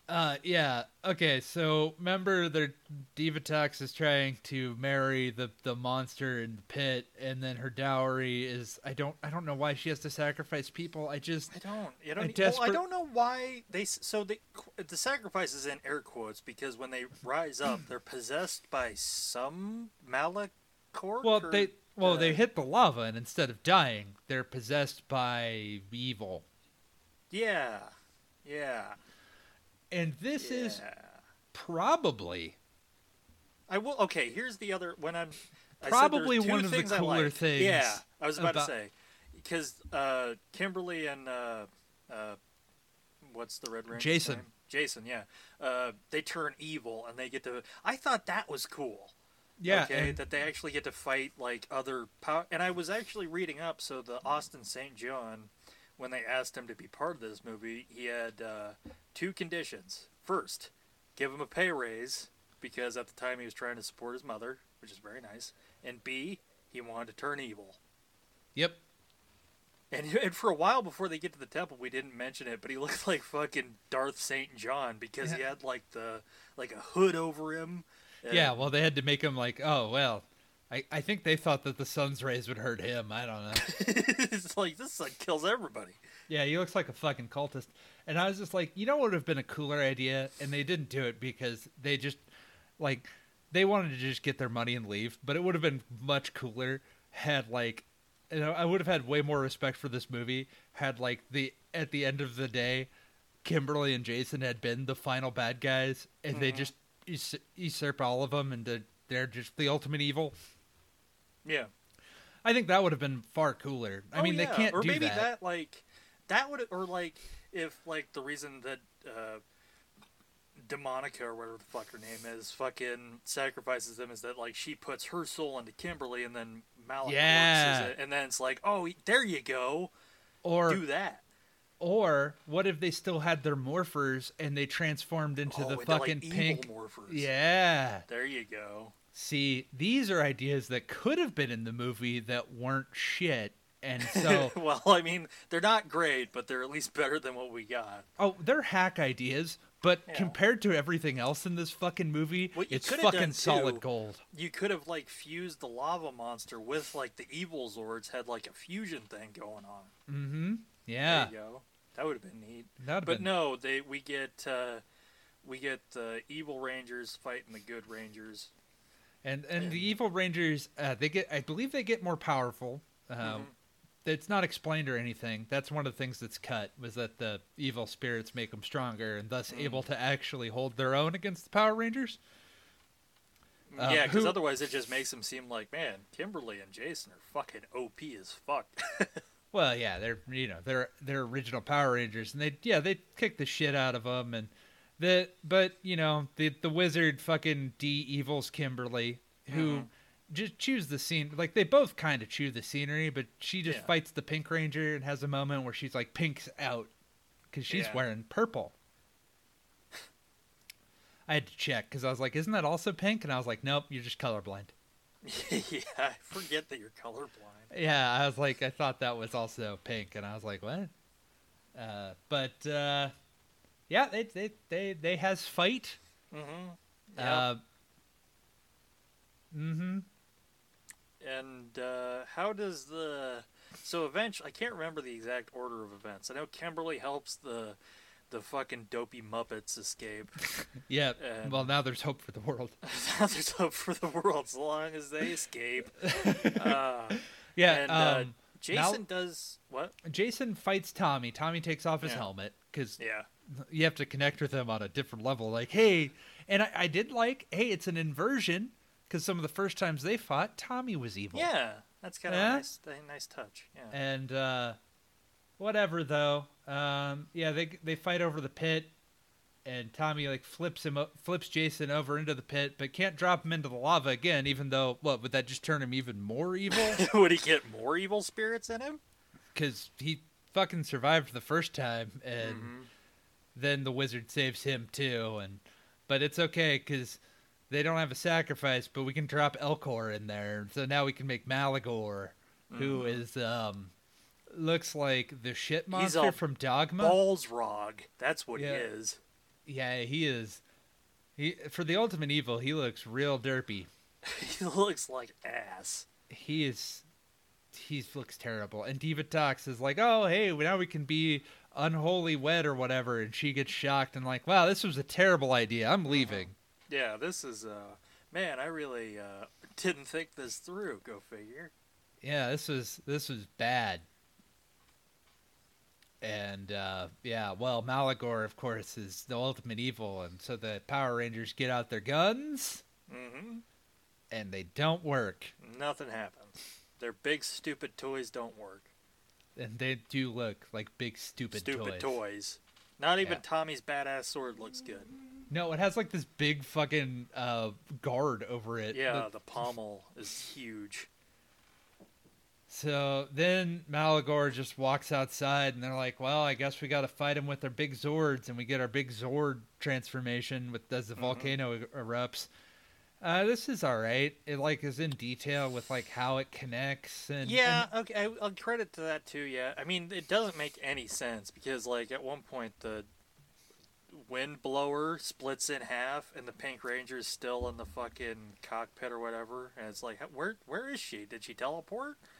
uh, yeah. Okay. So remember, their Divatox is trying to marry the the monster in the pit, and then her dowry is. I don't. I don't know why she has to sacrifice people. I just.
I don't. I don't. e, well,
desperate-
I don't know why they. s- So the the sacrifice is in air quotes because when they rise up, they're possessed by some malachor.
Well,
or
they. Well,
the-
they hit the lava, and instead of dying, they're possessed by evil.
Yeah, Yeah.
And this is
yeah.
probably
I will. Okay, here's the other. When I'm I said there's
Probably
two
one of the
things I
cooler
like.
things
Yeah, I was about,
about-
to say because uh, Kimberly and uh, uh, what's the Red Ranger's
Jason.
name? Jason, yeah, uh, they turn evil and they get to. I thought that was cool.
yeah.
okay,
and-
that they actually get to fight like other power. And I was actually reading up, so the Austin St. John, when they asked him to be part of this movie, he had uh, two conditions. First, give him a pay raise because at the time he was trying to support his mother, which is very nice. And B, he wanted to turn evil.
yep.
And, *laughs* and for a while before they get to the temple, we didn't mention it, but he *laughs* looked like fucking Darth St. John because he
Yeah.
had like the like a hood over him.
Yeah, well, they had to make him like, oh well, I, I think they thought that the sun's rays would hurt him. I don't know.
*laughs* it's like this like kills everybody.
yeah, he looks like a fucking cultist. And I was just like, you know what would have been a cooler idea, and they didn't do it because they just like they wanted to just get their money and leave. But it would have been much cooler had like, you know, I would have had way more respect for this movie had like the at the end of the day, Kimberly and Jason had been the final bad guys, and they
Mm-hmm.
just us- usurp all of them, and they're- they're just the ultimate evil.
Yeah.
I think that would have been far cooler. I
Oh,
mean,
yeah.
they can't
or
do
maybe
that.
like that would or like if like the reason that uh Demonica or whatever the fuck her name is fucking sacrifices them is that like she puts her soul into Kimberly and then Malik
Yeah.
corpses it and then it's like oh there you go
Or,
do that
or what if they still had their morphers and they transformed into
oh,
the
and they're,
fucking
like, evil
pink?
morphers.
Yeah.
there you go
See, these are ideas that could have been in the movie that weren't shit.
*laughs*
And so,
well I mean they're not great but they're at least better than what we got
oh, they're hack ideas, but
Yeah.
compared to everything else in this fucking movie,
What you
it's
could have
fucking
done,
solid
too-
gold.
you could have like fused the lava monster with like the evil zords had like a fusion thing going on
Mm-hmm. Yeah.
There you go. That would have been neat.
That'd
But
been-
no, they we get uh, we get the evil rangers fighting the good rangers.
and and the evil rangers uh, they get i believe they get more powerful um, it's not explained or anything that's one of the things that's cut was that the evil spirits make them stronger and thus able to actually hold their own against the power rangers Um,
yeah, because
who-
otherwise it just makes them seem like man, Kimberly and Jason are fucking OP as fuck. *laughs*
well yeah they're you know they're they're original power rangers and they yeah they kick the shit out of them and the but you know the the wizard fucking d evils kimberly who
Mm-hmm.
just choose the scene like they both kind of chew the scenery but she just
Yeah.
fights the pink ranger and has a moment where she's like pink's out because she's
Yeah.
wearing purple i had to check because i was like isn't that also pink and i was like nope you're just colorblind
yeah, I forget that you're colorblind.
yeah, I was like, I thought that was also pink, and I was like, what? Uh, but uh, yeah, they they they they has fight.
Mm-hmm.
Uh, hmm
and uh, how does the so eventually I can't remember the exact order of events. I know Kimberly helps the the fucking dopey Muppets escape.
Yeah.
And-
well, now there's hope for the world. *laughs*
*laughs* There's hope for the world so long as they escape. Uh,
Yeah.
and uh,
um, now-
Jason does what?
Jason fights Tommy. Tommy takes off his
Yeah.
helmet because
Yeah,
you have to connect with them on a different level. Like, hey, and I, I did like, hey, it's an inversion because some of the first times they fought, Tommy was evil.
yeah, that's kind of
Yeah?
a nice, a nice touch. Yeah, *laughs*
and uh, whatever though. Um, yeah, they they fight over the pit, and Tommy like flips him o- flips Jason over into the pit, but can't drop him into the lava again. Even though what would that just turn him even more evil?
would he get more evil spirits in him?
Because he fucking survived the first time, and
Mm-hmm.
then the wizard saves him too. And but it's okay because. They don't have a sacrifice, but we can drop Elcor in there, so now we can make Malagor, who is um, looks like the shit monster
all
from Dogma.
Balzrog, that's what
Yeah.
he is. *laughs*
Yeah, he is. He for the ultimate evil. He looks real derpy.
he looks like ass.
He is. He looks terrible. And Diva Tox is like, "Oh, hey, well, now we can be unholy wed or whatever." And she gets shocked and like, "Wow, this was a terrible idea. I'm leaving."
Yeah, this is uh, man, I really uh, didn't think this through. Go figure.
Yeah, this was this was bad. And uh, yeah, well, Malagor, of course, is the ultimate evil, and so the Power Rangers get out their guns,
hmm
and they don't work,
Nothing happens. Their big stupid toys don't work.
and they do look like big stupid,
stupid toys.
toys.
Not even
Yeah.
Tommy's badass sword looks good.
No, it has like this big fucking uh, guard over it.
Yeah,
that-
the pommel is huge.
So then Malagor just walks outside, and they're like, "Well, I guess we got to fight him with our big Zords," and we get our big Zord transformation with as the
Mm-hmm.
volcano e-, erupts. Uh, this is all right. It like is in detail with like how it connects and
yeah, okay, I, I'll credit to that too. Yeah, I mean it doesn't make any sense because like at one point the wind blower splits in half and the Pink Ranger's still in the fucking cockpit or whatever, and it's like where where is she? Did she teleport?
and-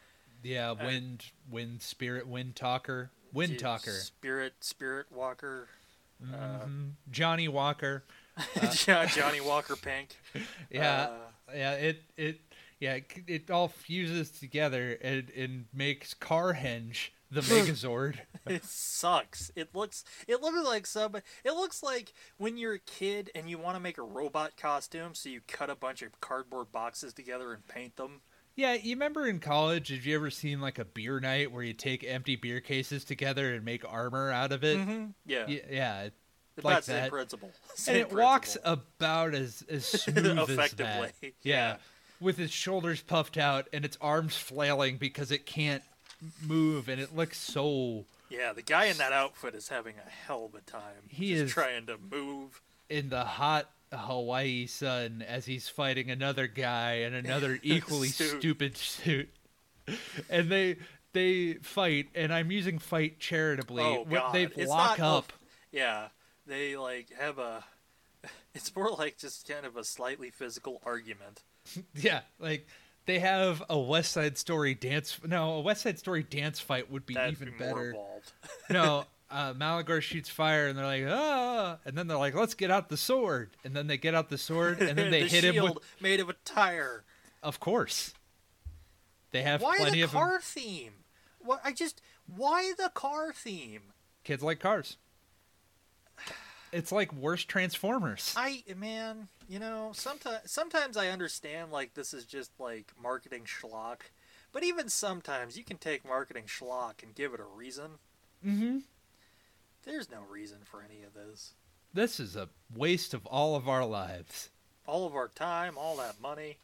yeah,
Uh,
wind, wind spirit, wind talker, wind
She-
talker,
Spirit Spirit Walker. Uh,
Mhm. Johnny Walker.
*laughs* yeah, Johnny Walker Pink.
Uh, *laughs* Yeah,
Uh,
yeah. It it yeah. It, c- it all fuses together and and makes Carhenge
*laughs*
the Megazord. *laughs*
it sucks. It looks it looks like some it looks like when you're a kid and you want to make a robot costume, so you cut a bunch of cardboard boxes together and paint them.
Yeah, you remember in college, have you ever seen like a beer night where you take empty beer cases together and make armor out of it?
Mm-hmm. Yeah.
Y- yeah. it-
That's
like
the same
that.
principle. *laughs* Same
And it walks
principle.
about as, as
*laughs*
smooth as that.
Effectively,
Yeah.
yeah.
With its shoulders puffed out and its arms flailing because it can't move and it looks so
Yeah, the guy in that outfit is having a hell of a time.
He
just
is-
trying to move.
in the hot Hawaii sun as he's fighting another guy in
*laughs*
another equally
Suit.
stupid suit. *laughs* And they they fight, and I'm using fight charitably.
Oh
What-
god,
They
it's
lock
not a-
up.
yeah, they like have a. *laughs* It's more like just kind of a slightly physical argument.
Yeah, like they have a West Side Story dance. No, a West Side Story dance fight would be
That'd
even
be more
better.
involved.
no,
*laughs*
uh, Malagor shoots fire, and they're like, ah, and then they're like, let's get out the sword, and then they get out the sword, and
*laughs*
then they
the
hit
shield
him with.
made of a tire.
Of course, they have
Why
plenty
the
of 'em.
car theme? What I just why the car theme?
kids like cars. It's like worse Transformers.
I man, you know, sometimes sometimes I understand like this is just like marketing schlock, but even sometimes you can take marketing schlock and give it a reason.
mm-hmm.
There's no reason for any of this.
This is a waste of all of our lives. *laughs*
All of our time, all that money.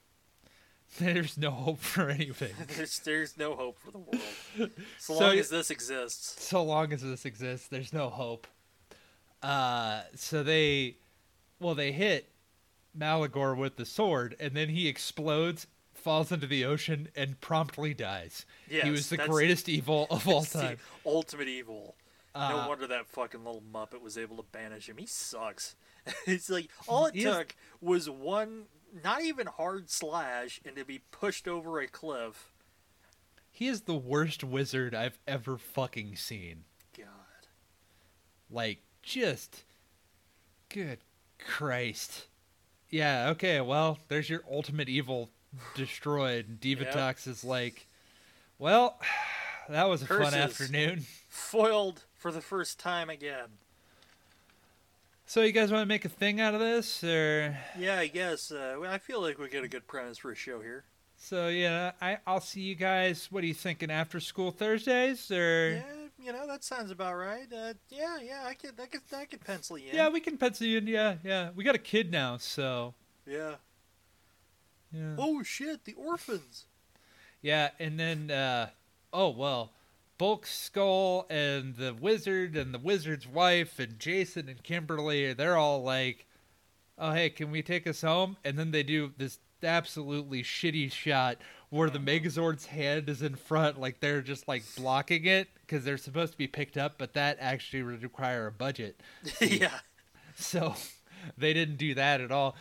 *laughs*
There's no hope for anything.
There's there's no hope for the world.
*laughs*
So,
So
long
you-
as this exists.
so long as this exists, there's no hope. Uh, so they, well, they hit Malagor with the sword, and then he explodes, falls into the ocean, and promptly dies.
Yes,
he was the
that's-
greatest evil
*laughs*
of all
It's the
time.
ultimate evil.
Uh,
no wonder that fucking little Muppet was able to banish him. He sucks. *laughs* it's like all it
He is-
took was one, not even hard slash, and to be pushed over a cliff.
He is the worst wizard I've ever fucking seen.
God,
Like, just, good Christ. Yeah. Okay. Well, there's your ultimate evil destroyed. And Divatox is like, well, *sighs* that was a
Curses.
fun afternoon.
foiled for the first time again.
So you guys want to make a thing out of this, or
Yeah, I guess. Uh, well, I feel like we get a good premise for a show here.
so? Yeah, I I'll see you guys. What are you thinking? After school Thursdays, or
Yeah, you know that sounds about right. Uh, yeah, yeah, I could, I could, I could pencil you in.
Yeah, we can pencil you in. Yeah, yeah. We got a kid now, so
yeah.
yeah.
Oh shit,
*laughs*
the orphans. *laughs*
Yeah, and then uh oh well, Bulk Skull and the Wizard and the Wizard's wife and Jason and Kimberly, they're all like, "Oh hey, can we take us home?" And then they do this absolutely shitty shot where the Megazord's hand is in front, like they're just like blocking it because they're supposed to be picked up, but that actually would require a budget. *laughs*
yeah.
So they didn't do that at all.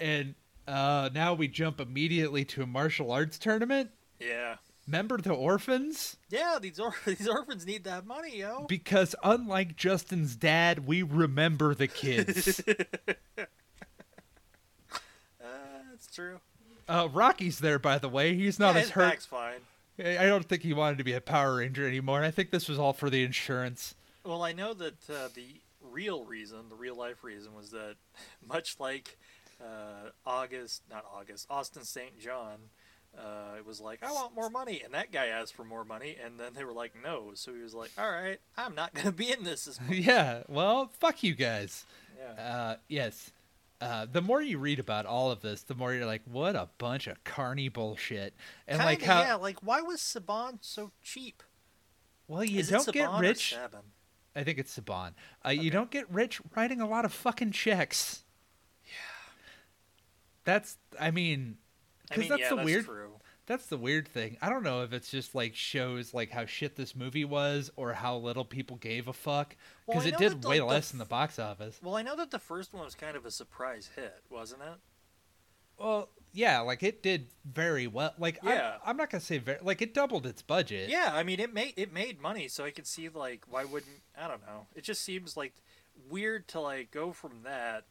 And uh, now we jump immediately to a martial arts tournament.
Yeah.
Remember the orphans?
Yeah, these or- *laughs* these orphans need that money, yo.
Because unlike Justin's dad, we remember the
*laughs*
kids.
Uh, that's true.
uh, Rocky's there, by the way. He's not
yeah,
as
his
hurt.
back's fine.
I I don't think he wanted to be a Power Ranger anymore. And I think this was all for the insurance. *laughs*
Well, I know that uh, the real reason, the real life reason, was that *laughs* much like uh, August, not August, Austin St. John, uh, it was like, I want more money. And that guy asked for more money. And then they were like, no. So he was like, all right, I'm not going to be
*laughs*
in this. As much."
yeah, well, fuck you guys.
yeah.
Uh, yes. Uh, the more you read about all of this, the more you're like, what a bunch of carny bullshit. And like
Kinda,
how,
yeah, like, why was Saban so cheap?
well, you
Is it
don't get
Saban or
rich.
Saban?
I think it's Saban. Uh, You don't get rich writing a lot of fucking checks. Yeah. That's, I mean,
I
because
mean,
that's
yeah,
the
that's
weird
true.
That's the weird thing. I don't know if it's just like shows like how shit this movie was or how little people gave a fuck
Well, I
because it
know
did
that,
way
like, the
less
f-
in the box office.
Well, I know that the first one was kind of a surprise hit, wasn't it?
Well, yeah, like it did very well. Like
Yeah.
I'm, I'm not gonna say very like it doubled its budget.
Yeah, I mean, it made it made money, so I could see like why wouldn't I don't know. It just seems like weird to like go from that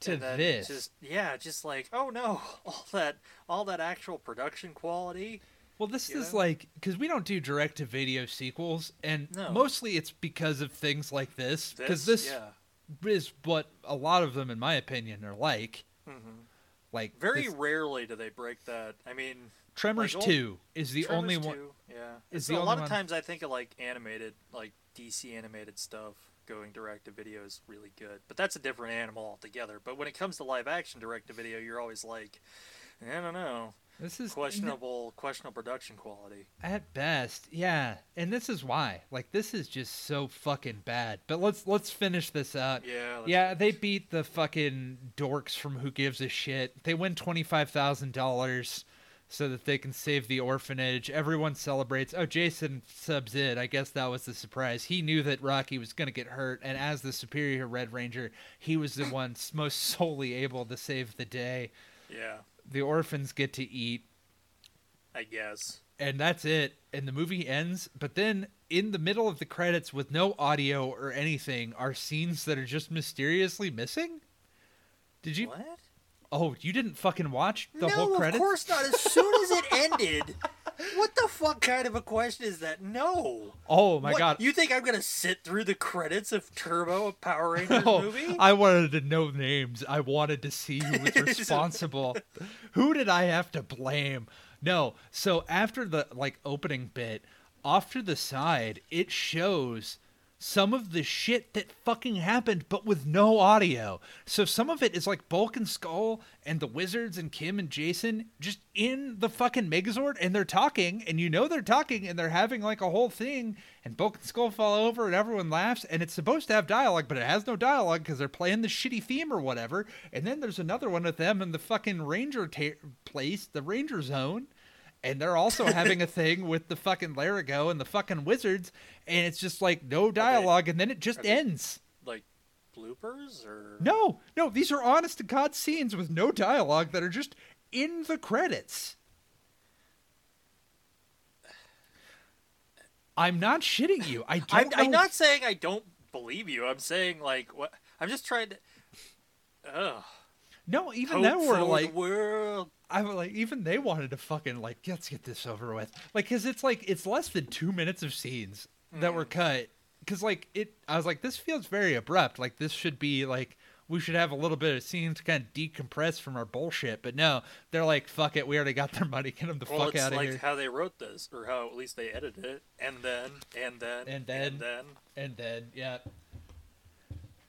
to
and then
this.
Just yeah, just like oh no, *laughs* all that all that actual production quality.
well, this
you
is
know?
like because we don't do direct to video sequels, and
No.
mostly it's because of things like this. Because
This-
this
yeah,
is what a lot of them, in my opinion, are like.
hmm
Like
very
this-
rarely do they break that. I mean,
Tremors
like, old-
Two is the
Tremors
only one.
2, Yeah,
is
So
the
a
only
lot of
one-
times I think of like animated, like DC animated stuff. Going direct to video is really good, but that's a different animal altogether. But when it comes to live action direct to video, you're always like, I don't know.
This is
questionable questionable production quality.
At best, yeah. And this is why. Like this is just so fucking bad. But let's let's finish this out.
Yeah. that's-
Yeah, they beat the fucking dorks from Who Gives a Shit. They win $25,000 so that they can save the orphanage. Everyone celebrates. Oh, Jason subs in. I guess that was the surprise. He knew that Rocky was going to get hurt, and as the superior Red Ranger, he was the one most solely able to save the day.
Yeah.
The orphans get to eat
I guess.
and that's it and the movie ends but then in the middle of the credits with no audio or anything are scenes that are just mysteriously missing did you
What?
oh you didn't fucking watch the
no,
whole credits
of course not. As soon
*laughs*
as it ended, what the fuck kind of a question is that? No.
oh my
What,
god
You think I'm gonna sit through the credits of Turbo, a Power Rangers
No,
movie?
Oh, I wanted to know names. I wanted to see who was responsible. who did I have to blame? No. So after the like opening bit, off to the side, it shows some of the shit that fucking happened, but with no audio. So some of it is like Bulk and Skull and the Wizards and Kim and Jason just in the fucking Megazord and they're talking and you know they're talking and they're having like a whole thing and Bulk and Skull fall over and everyone laughs and it's supposed to have dialogue, but it has no dialogue because they're playing the shitty theme or whatever. And then there's another one of them in the fucking Ranger ta- place, the Ranger zone and they're also having a thing with the fucking Larigo and the fucking wizards, and it's just like no dialogue, and then it just
they-
ends.
Like bloopers or
No, no, these are honest to God scenes with no dialogue that are just in the credits. I'm not shitting you. I don't.
I'm, I'm
know-
not saying I don't believe you. I'm saying like what I'm just trying to Ugh.
No, even
Hope
that were
for the
like,
world.
I was like, even they wanted to fucking like, let's get this over with. Like, cause it's like, it's less than two minutes of scenes that
Mm.
were cut. Cause like it, I was like, this feels very abrupt. Like this should be like, we should have a little bit of scenes to kind of decompress from our bullshit. But no, they're like, fuck it, we already got their money, get them the
Well,
fuck
it's
out of
like
here.
how they wrote this, or how at least they edited it, and then, and then,
And then.
and then.
and then yeah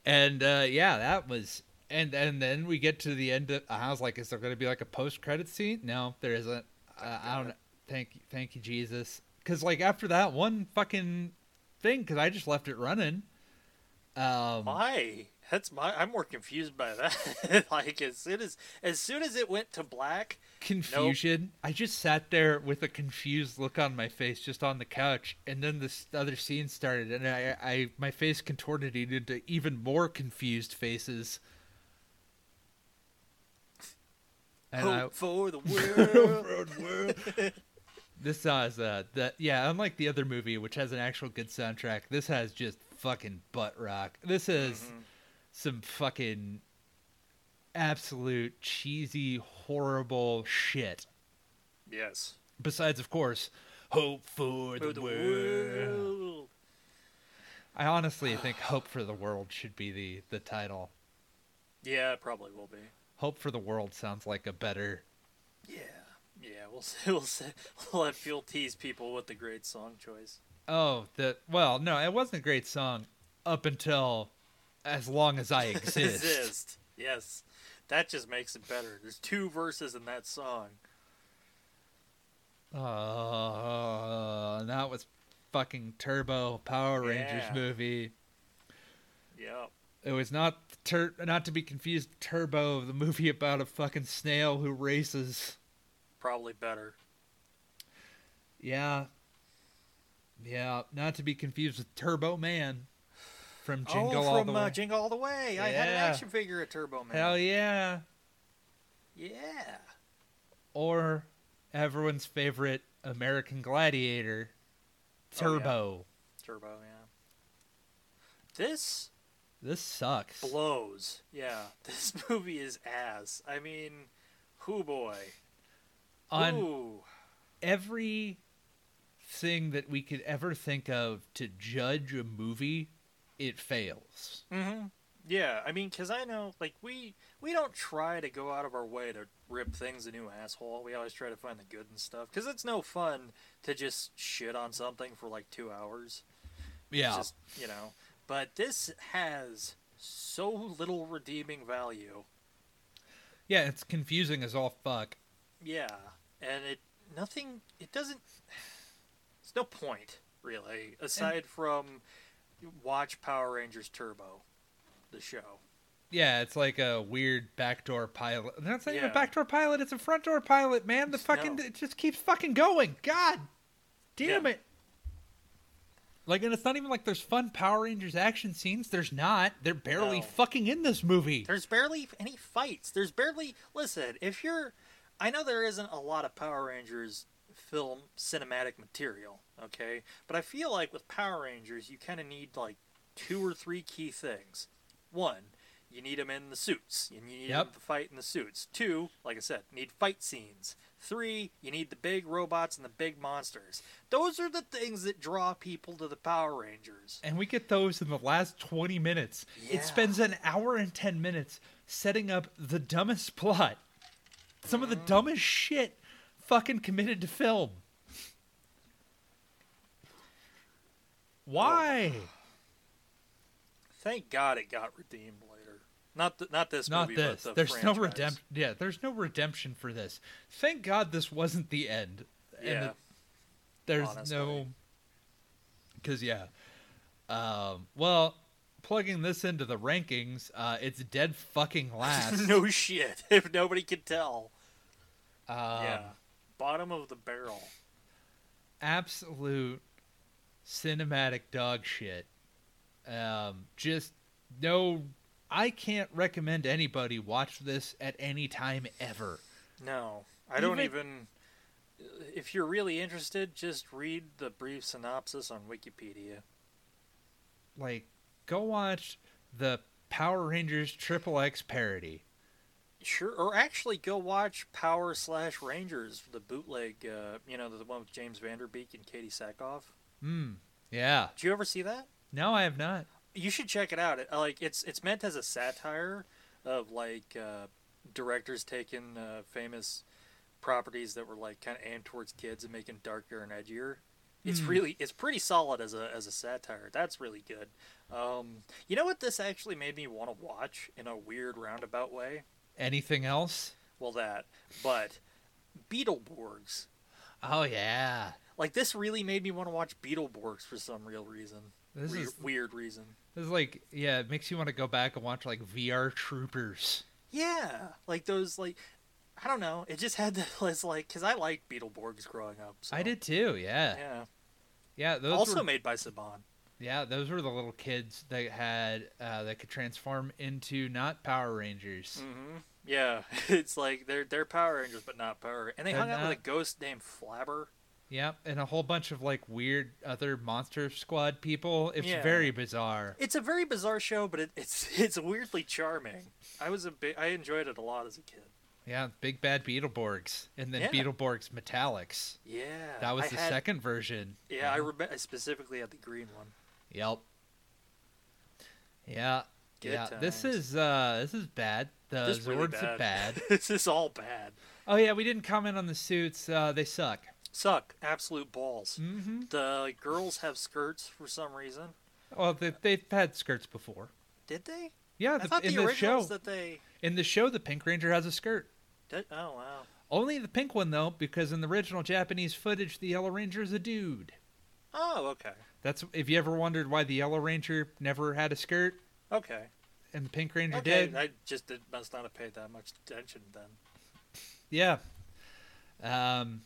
and uh yeah that was and and then we get to the end of i was like is there gonna be like a post-credit scene no there isn't uh, i don't thank you thank you jesus because like after that one fucking thing because i just left it running um
Why? That's my. I'm more confused by that. *laughs* like as soon as as soon as it went to black,
confusion i just sat there with a confused look on my face just on the couch and then this other scene started and i i my face contorted into even more confused faces and
hope
*laughs*
for the world.
I, this has uh that yeah unlike the other movie which has an actual good soundtrack this has just fucking butt rock this is some fucking absolute cheesy horrible shit
yes.
Besides, of course, hope for the,
For the
world.
world.
I honestly think hope for the world should be the the title.
Yeah, it probably will be.
Hope for the world sounds like a better.
Yeah, yeah. We'll *laughs* see. We'll see. We'll let Fuel tease people with the great song choice.
Oh, that well, no, it wasn't a great song up until as long as
*laughs*
I *laughs* exist.
Exist. Yes, that just makes it better. There's two verses in that song.
Uh, that was fucking Turbo Power Rangers
Yeah.
movie.
Yep.
It was not tur- not to be confused with Turbo, the movie about a fucking snail who races.
Probably better.
Yeah. Yeah, not to be confused with Turbo Man from Jingle
oh, from
All the Way.
Uh, Jingle All the Way. I had an
Yeah.
action figure of Turbo Man.
Hell yeah.
yeah.
Or everyone's favorite American Gladiator,
Oh, yeah.
Turbo.
Turbo, yeah. This
This sucks.
blows. Yeah. *laughs* This movie is ass. I mean, who boy.
On
Ooh.
every thing that we could ever think of to judge a movie, it fails.
hmm Yeah, I mean, cause I know, like we we don't try to go out of our way to rip things a new asshole. We always try to find the good and stuff, cause it's no fun to just shit on something for like two hours. It's
Yeah.
just, you know. But this has so little redeeming value.
Yeah, it's confusing as all fuck.
Yeah, and it nothing. It doesn't. It's no point really, aside from watch Power Rangers Turbo, the show.
Yeah, it's like a weird backdoor pilot. That's not even
Yeah.
a backdoor pilot, it's a front door pilot, man. The fucking
No.
it just keeps fucking going. God damn
Yeah.
it. Like and it's not even like there's fun Power Rangers action scenes. There's not. They're barely
No.
fucking in this movie.
There's barely any fights. There's barely listen, if you're I know there isn't a lot of Power Rangers film cinematic material, okay? But I feel like with Power Rangers you kind of need like two or three key things. One, you need them in the suits, and you need
Yep.
them to fight in the suits. Two, like I said, need fight scenes. Three, you need the big robots and the big monsters. Those are the things that draw people to the Power Rangers.
And we get those in the last 20 minutes.
Yeah.
It spends an hour and 10 minutes setting up the dumbest *laughs* plot. Some of the
Mm.
dumbest shit fucking committed to film. Why?
Oh, Thank God it got redeemed later. Not th- not this
Not
movie,
this.
but the
there's no
franchise.
redemption. Yeah, there's no redemption for this. Thank God this wasn't the end. And
Yeah, *laughs*
it- there's
honestly.
no. Because, yeah. Um, well, plugging this into the rankings, uh, it's dead fucking last.
no shit. *laughs* If nobody could tell,
Um,
yeah, bottom of the barrel.
absolute cinematic dog shit. Um, just no, I can't recommend anybody watch this at any time ever.
No, I don't even. uh,
Even-
If you're really interested, just read the brief synopsis on Wikipedia.
Like, go watch the Power Rangers Triple X parody.
Sure, or actually go watch Power Slash Rangers, the bootleg. Uh, you know, the one with James Vanderbeek and Katie Sackhoff.
Hmm. Yeah.
Did you ever see that?
No, I have not.
you should check it out. It, like it's it's meant as a satire of like uh, directors taking uh, famous properties that were like kind of aimed towards kids and making darker and edgier. It's
Hmm.
really it's pretty solid as a as a satire. That's really good. Um, you know what this actually made me want to watch in a weird roundabout way?
Anything else?
Well, that, but Beetleborgs.
Oh yeah.
Like this really made me want to watch Beetleborgs for some real reason.
This
Weir-
is
weird reason.
this is like yeah, it makes you want to go back and watch like VR Troopers.
Yeah, like those, like I don't know. It just had *laughs* that, was like, because I liked Beetleborgs growing up. So.
I did too. Yeah. Yeah.
Yeah.
those
also
were-
made by Saban.
Yeah, those were the little kids that had uh, that could transform into not Power Rangers.
Mm-hmm. Yeah, *laughs* it's like they're they're Power Rangers, but not Power. And they
They're
hung out with
not.
a ghost named Flabber.
Yep, and a whole bunch of like weird other Monster Squad people. It's
Yeah.
very bizarre.
It's a very *laughs* bizarre show, but it, it's it's weirdly charming. I was a big, I enjoyed it a lot as a kid.
yeah, big bad Beetleborgs, and then
Yeah.
Beetleborgs Metallics.
Yeah.
That was
I
the
had-
second version.
Yeah, I remember. I specifically had the green one.
Yep. Yeah.
Good
yeah. This
times.
is uh this is bad. The
This is
Zords
really
are bad.
*laughs* this is all bad.
Oh yeah, we didn't comment on the suits. Uh, they suck.
Suck. Absolute balls.
Mm-hmm.
The girls have skirts for some reason.
Well, they, they've had skirts before.
Did they?
Yeah,
I
the,
thought
in
the,
the show,
originals that they.
in the show, the Pink Ranger has a skirt.
Did, oh wow.
Only the pink one though, because in the original Japanese footage, the Yellow Ranger is a dude.
Oh okay.
That's if you ever wondered why the Yellow Ranger never had a skirt
Okay.
and the Pink Ranger
okay.
did.
I just did, must not have paid that much attention then.
Yeah. Um.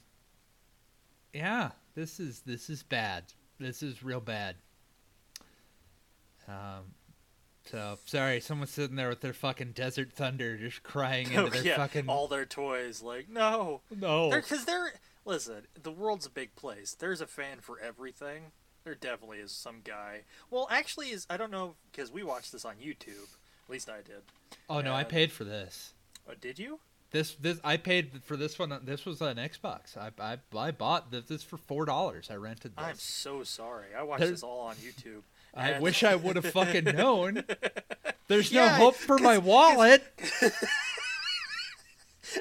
Yeah. This is this is bad. This is real bad. Um. So sorry, someone's sitting there with their fucking Desert Thunder, just crying
*laughs*
into their
Oh, yeah,
fucking. Oh.
all their toys. Like no,
no.
because they're, listen. The world's a big place. There's a fan for everything. There definitely is some guy. Well, actually, is I don't know because we watched this on YouTube. At least I did.
Oh no, I
Yeah.
paid for this.
Oh, did you?
This this I paid for this one. uh, This was on Xbox. I I, I bought this, this for four dollars. I rented
I'm
this.
so sorry. I watched
There-
this all on YouTube.
I
and-
wish I would have
*laughs*
fucking known. There's no
Yeah,
hope for my
'cause- 'cause-
wallet.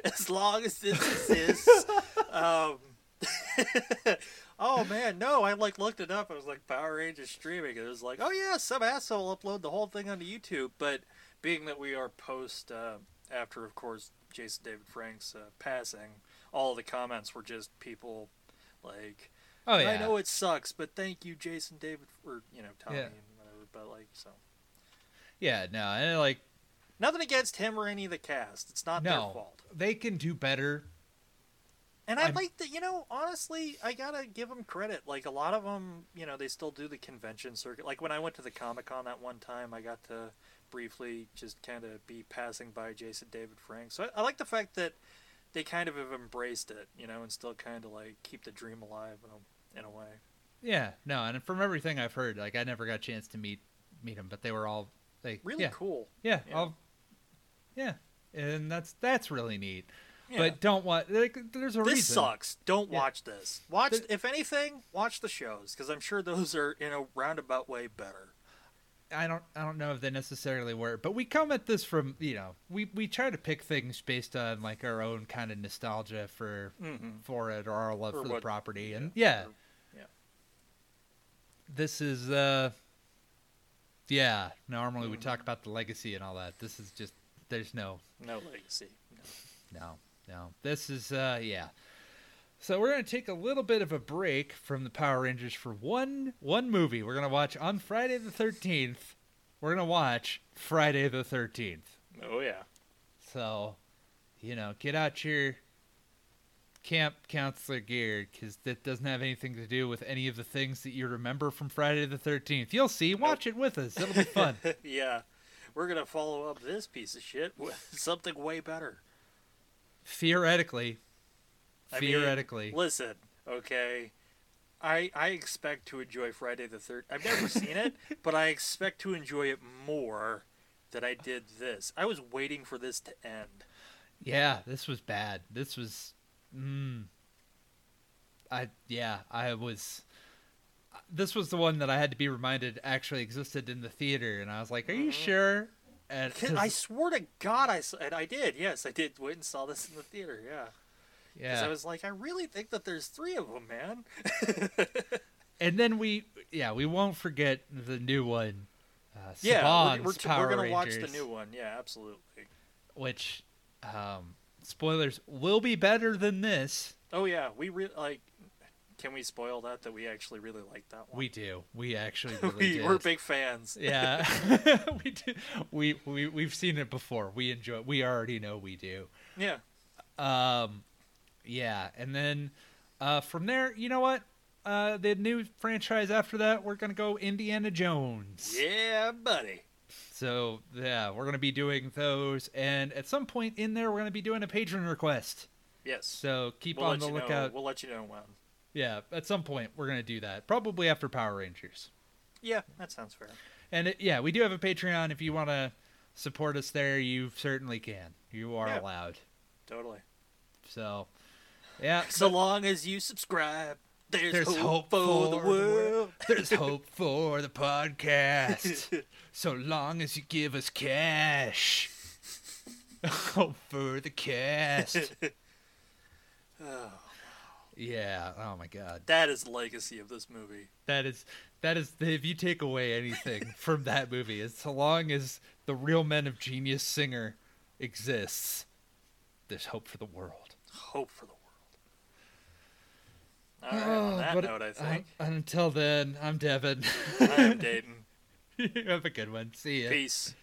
as long as this
*laughs*
exists. um, *laughs* oh man, no! I like looked it up. I was like Power Rangers streaming. and It was like, oh yeah, some asshole will upload the whole thing onto YouTube. But being that we are post uh, after, of course, Jason David Frank's uh, passing, all the comments were just people like,
Oh yeah.
I know it sucks, but thank you, Jason David, or you know Tommy
Yeah.
and whatever. But like, so
Yeah, no, I like
nothing against him or any of the cast. It's not their
No.
fault.
they can do better.
And I
I'm-
like that, you know, honestly, I gotta give them credit. Like, a lot of them, you know, they still do the convention circuit. Like, when I went to the Comic Con that one time, I got to briefly just kind of be passing by Jason David Frank. So I, I like the fact that they kind of have embraced it, you know, and still kind of, like, keep the dream alive in a, in a way.
Yeah, no, and from everything I've heard, like I never got a chance to meet meet them, but they were all like
Really
yeah,
cool.
yeah,
Yeah.
all- yeah, and that's that's really neat.
Yeah.
But don't want like there's a
this
reason.
sucks. Don't
Yeah.
watch this. Watch,
There-
if anything, watch the shows, because I'm sure those are, in a roundabout way, better.
I don't I don't know if they necessarily were, but we come at this from you know we we try to pick things based on like our own kind of nostalgia for
Mm-hmm.
for it or our love
Or
for the
what-
property,
yeah,
and yeah,
or- yeah.
This is uh, yeah. Normally
Hmm.
we talk about the legacy and all that. This is just there's no
No legacy. No.
No, no. This is uh yeah. So we're gonna take a little bit of a break from the Power Rangers for one one movie. We're gonna watch on Friday the thirteenth. We're gonna watch Friday the thirteenth.
Oh yeah.
So, you know, get out your camp counselor gear because that doesn't have anything to do with any of the things that you remember from Friday the thirteenth. You'll see. Watch it with us. It'll be
*laughs*
fun.
yeah. We're gonna follow up this piece of shit with *laughs* something way better.
Theoretically.
I mean,
Theoretically.
Listen, okay. I I expect to enjoy Friday the third I've never
*laughs*
seen it, but I expect to enjoy it more than I did this. I was waiting for this to end.
Yeah, this was bad. This was, mm, I yeah, I was. This was the one that I had to be reminded actually existed in the theater, and I was like, "Are you sure?" And
'Cause
'cause- *laughs*
Mm-hmm. I swear to God, I saw, and I did. Yes, I did. Went and saw this in the theater. Yeah, because
yeah,
I was like, I really think that there's three of them, man.
and then we yeah we won't forget the new one. Uh,
yeah,
Saban's
we're, we're, t-
Power
we're gonna watch the
Rangers,
new one. Yeah, absolutely.
which um, spoilers will be better than this.
Oh yeah, we re- like. Can we spoil that? That we actually really like that one.
We do. We actually
*laughs* We,
really did.
we're big fans.
yeah *laughs* we do we, we we've seen it before we enjoy it. we already know we do
Yeah.
um yeah and then uh from there you know what uh the new franchise after that we're gonna go indiana jones
Yeah, buddy.
so yeah we're gonna be doing those and at some point in there we're gonna be doing a patron request
Yes.
so keep
we'll
on the
let you know.
lookout
We'll let you know when.
yeah at some point we're gonna do that probably after power rangers
Yeah, that sounds fair.
And it, yeah, we do have a Patreon. If you want to support us there, you certainly can. You are
Yeah.
allowed.
Totally.
So, yeah,
So long as you subscribe, there's,
there's
hope, for the world.
There's hope for the podcast. So long as you give us cash. Hope for the cast.
Oh,
Yeah. Oh my God.
that is legacy of this movie.
That is that is if you take away *laughs* anything from that movie, as so long as the real men of genius singer exists, there's hope for the world.
Hope for the world. All right, on
*sighs*
that
Oh, but-
note,
*laughs*
I think
uh, until then, I'm Devin. *laughs*
I'm Dayton.
Have a good one. See ya.
Peace.